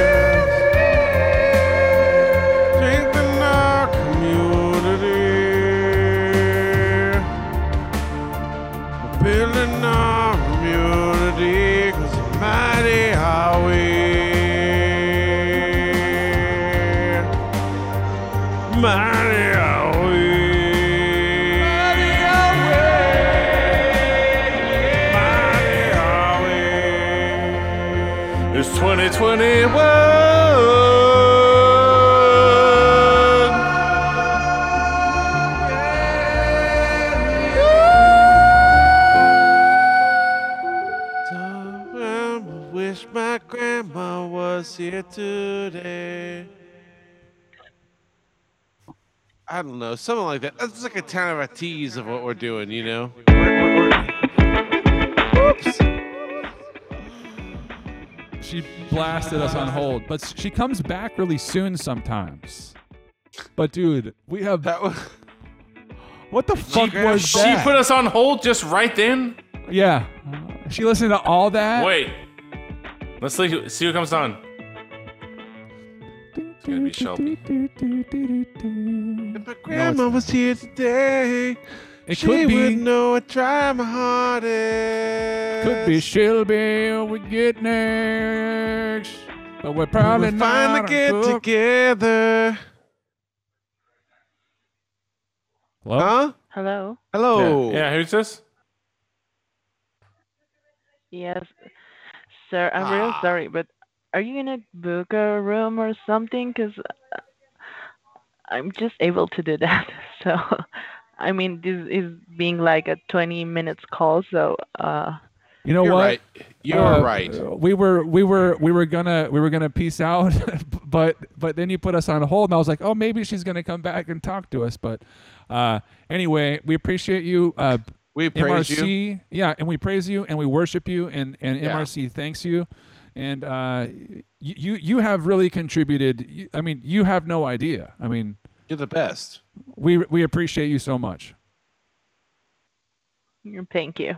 Strengthen our community building our community cause mighty are we mighty are we mighty are we mighty are we it's 2021 was here today. I don't know, something like that. That's like a kind of a tease of what we're doing, you know. She blasted us on hold, but s- she comes back really soon sometimes. But dude, we have that. Was, what the fuck was she that? put us on hold just right then. yeah, she listened to all that. Wait, let's see, see who comes on. It's gonna be Shelby. Grandma was here today. It she could be- would know I try my hardest. Could be Shelby. We get next, but we're probably we not. finally get cool. together. Hello? Huh? Hello. Hello. Yeah. yeah, who's this? Yes, sir. I'm real Ah. sorry, but are you gonna book a room or something? Cause uh, I'm just able to do that. [LAUGHS] So, I mean, this is being like a 20 minutes call. So, uh, You know You're what? right. You're Uh, right. We were we were we were gonna we were gonna peace out, [LAUGHS] but but then you put us on hold, and I was like, oh, maybe she's gonna come back and talk to us. But uh, anyway, we appreciate you. Uh, We praise you. MRC, yeah, and we praise you and we worship you, and and Yeah. MRC thanks you, and uh, y- you you have really contributed. You- I mean, you have no idea. I mean, You're the best. we we appreciate you so much. thank you.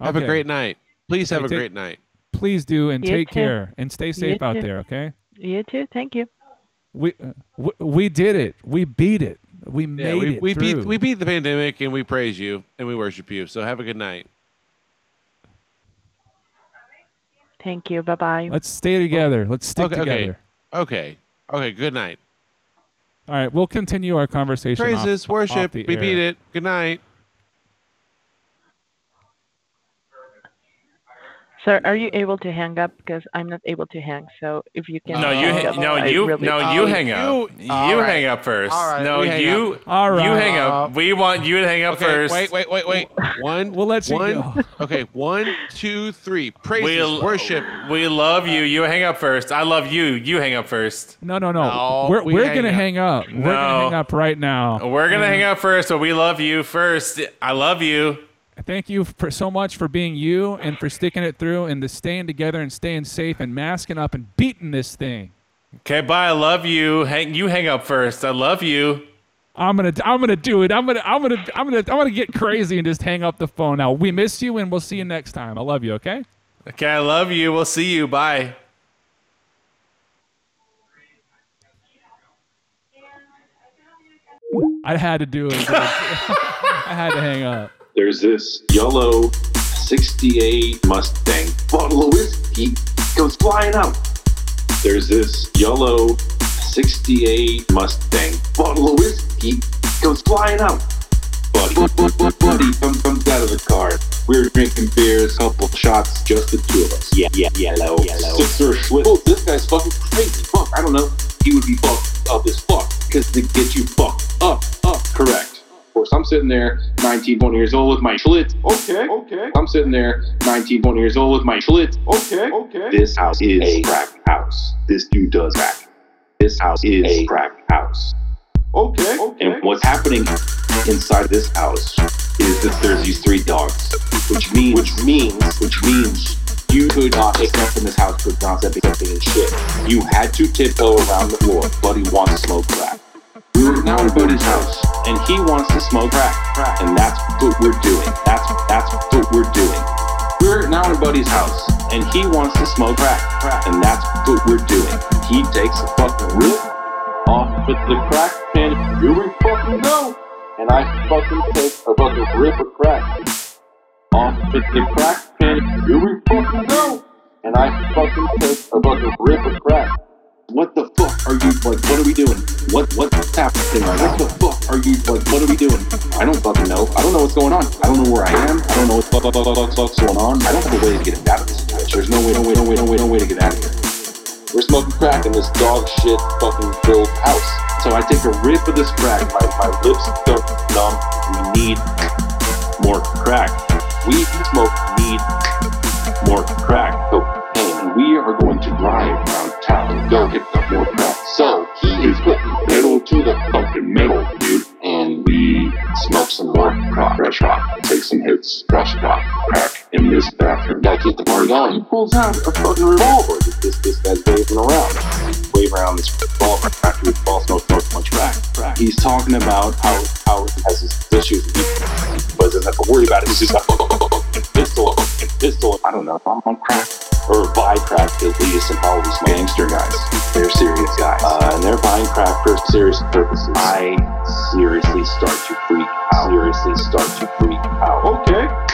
Have Okay. a great night. Please have Hey, a take- great night. Please do and You take too. care and stay You safe out too. there. Okay. You too. Thank you. We, uh, we we did it. We beat it. We made Yeah, we, it we beat through. we beat the pandemic and we praise you and we worship you. So have a good night. Thank you. Bye bye. Let's stay together. Let's stick okay, together. Okay. Okay. Okay. Good night. All right, we'll continue our conversation. off- Praises, off worship. the We air. beat it. Good night. Sir, are you able to hang up? Because I'm not able to hang. So if you can. No, you hang Uh, ha- up, no, I you really- Oh, no, you hang up. You, hang up first. no, you you hang up. We want you to hang up Okay, first. Wait, wait, wait, wait. One. We'll let you one, go. Okay. One, two, three. Praises, We'll- worship. We love you. You hang up first. I love you. You hang up first. No, no, no. No, we're we we're hang gonna up. hang up. We're gonna No. hang up right now. We're gonna hang up first, but we love you first. I love you. Thank you for so much for being you and for sticking it through and the staying together and staying safe and masking up and beating this thing. Okay, bye. I love you. Hang you hang up first. I love you. I'm gonna I'm gonna do it. I'm gonna I'm gonna I'm gonna I'm gonna get crazy and just hang up the phone now. We miss you and we'll see you next time. I love you. Okay. Okay, I love you. We'll see you. Bye. I had to do it. I had to hang up. There's this yellow 68 Mustang bottle of whiskey goes flying out. There's this yellow 68 Mustang bottle of whiskey goes flying out. Buddy, bu- bu- buddy comes, comes out of the car. We're drinking beers, couple shots, just the two of us. Yeah, yeah, yellow, yellow. Sixer Schwitzel. This guy's fucking crazy. Fuck, I don't know. He would be fucked up as fuck because they get you fucked up, up. Correct. Of course, I'm sitting there, 19, 20 years old with my schlitz. Okay, okay. I'm sitting there, 19, 20 years old with my schlitz. Okay, okay. This house is a crack house. This dude does crack. This house is a crack house. Okay, okay. And what's happening inside this house is that there's these three dogs, which means, which means, which means you could not accept in this house could not accept accepting and shit. You had to tiptoe around the floor. Buddy wants to smoke crack. We were now in Buddy's house, and he wants to smoke crack, crack. and that's what we're doing. That's that's what we're doing. We're now in Buddy's house, and he wants to smoke crack, crack. and that's what we're doing. He takes a fucking rip off with the crack, and here we fucking go. And I fucking take a fucking rip of crack off with the crack, and here we fucking go. And I fucking take a fucking rip of crack. What the fuck are you like? What are we doing? What what's happening right now? What the fuck are you like? What are we doing? I don't fucking know. I don't know what's going on. I don't know where I am. I don't know what the fuck, fuck, fuck, fuck's going on. I don't have a way to get out of this bitch. There's no way, no way, no way, no way, no way to get out of here. We're smoking crack in this dog shit fucking filled house. So I take a rip of this crack. My, my lips are numb. We need more crack. We smoke need more crack cocaine. And we are going to drive around town go get the more back. So he is putting pedal to the fucking metal, dude. And we smoke some more crack, fresh rock, take some hits, fresh rock, crack in this bathroom. Gotta keep the party going. He pulls out a fucking revolver that this this guy's waving around. Wave around this revolver after this ball smoke smoke much crack, crack. He's talking about how how he has his issues with people, but doesn't have to worry about it. He's just like pistol pistol. I don't know if I'm on crack or buy crack at least and all these gangster guys. They're serious guys. Uh, and they're buying crack for serious purposes. I seriously start to freak out. Seriously start to freak out. Okay.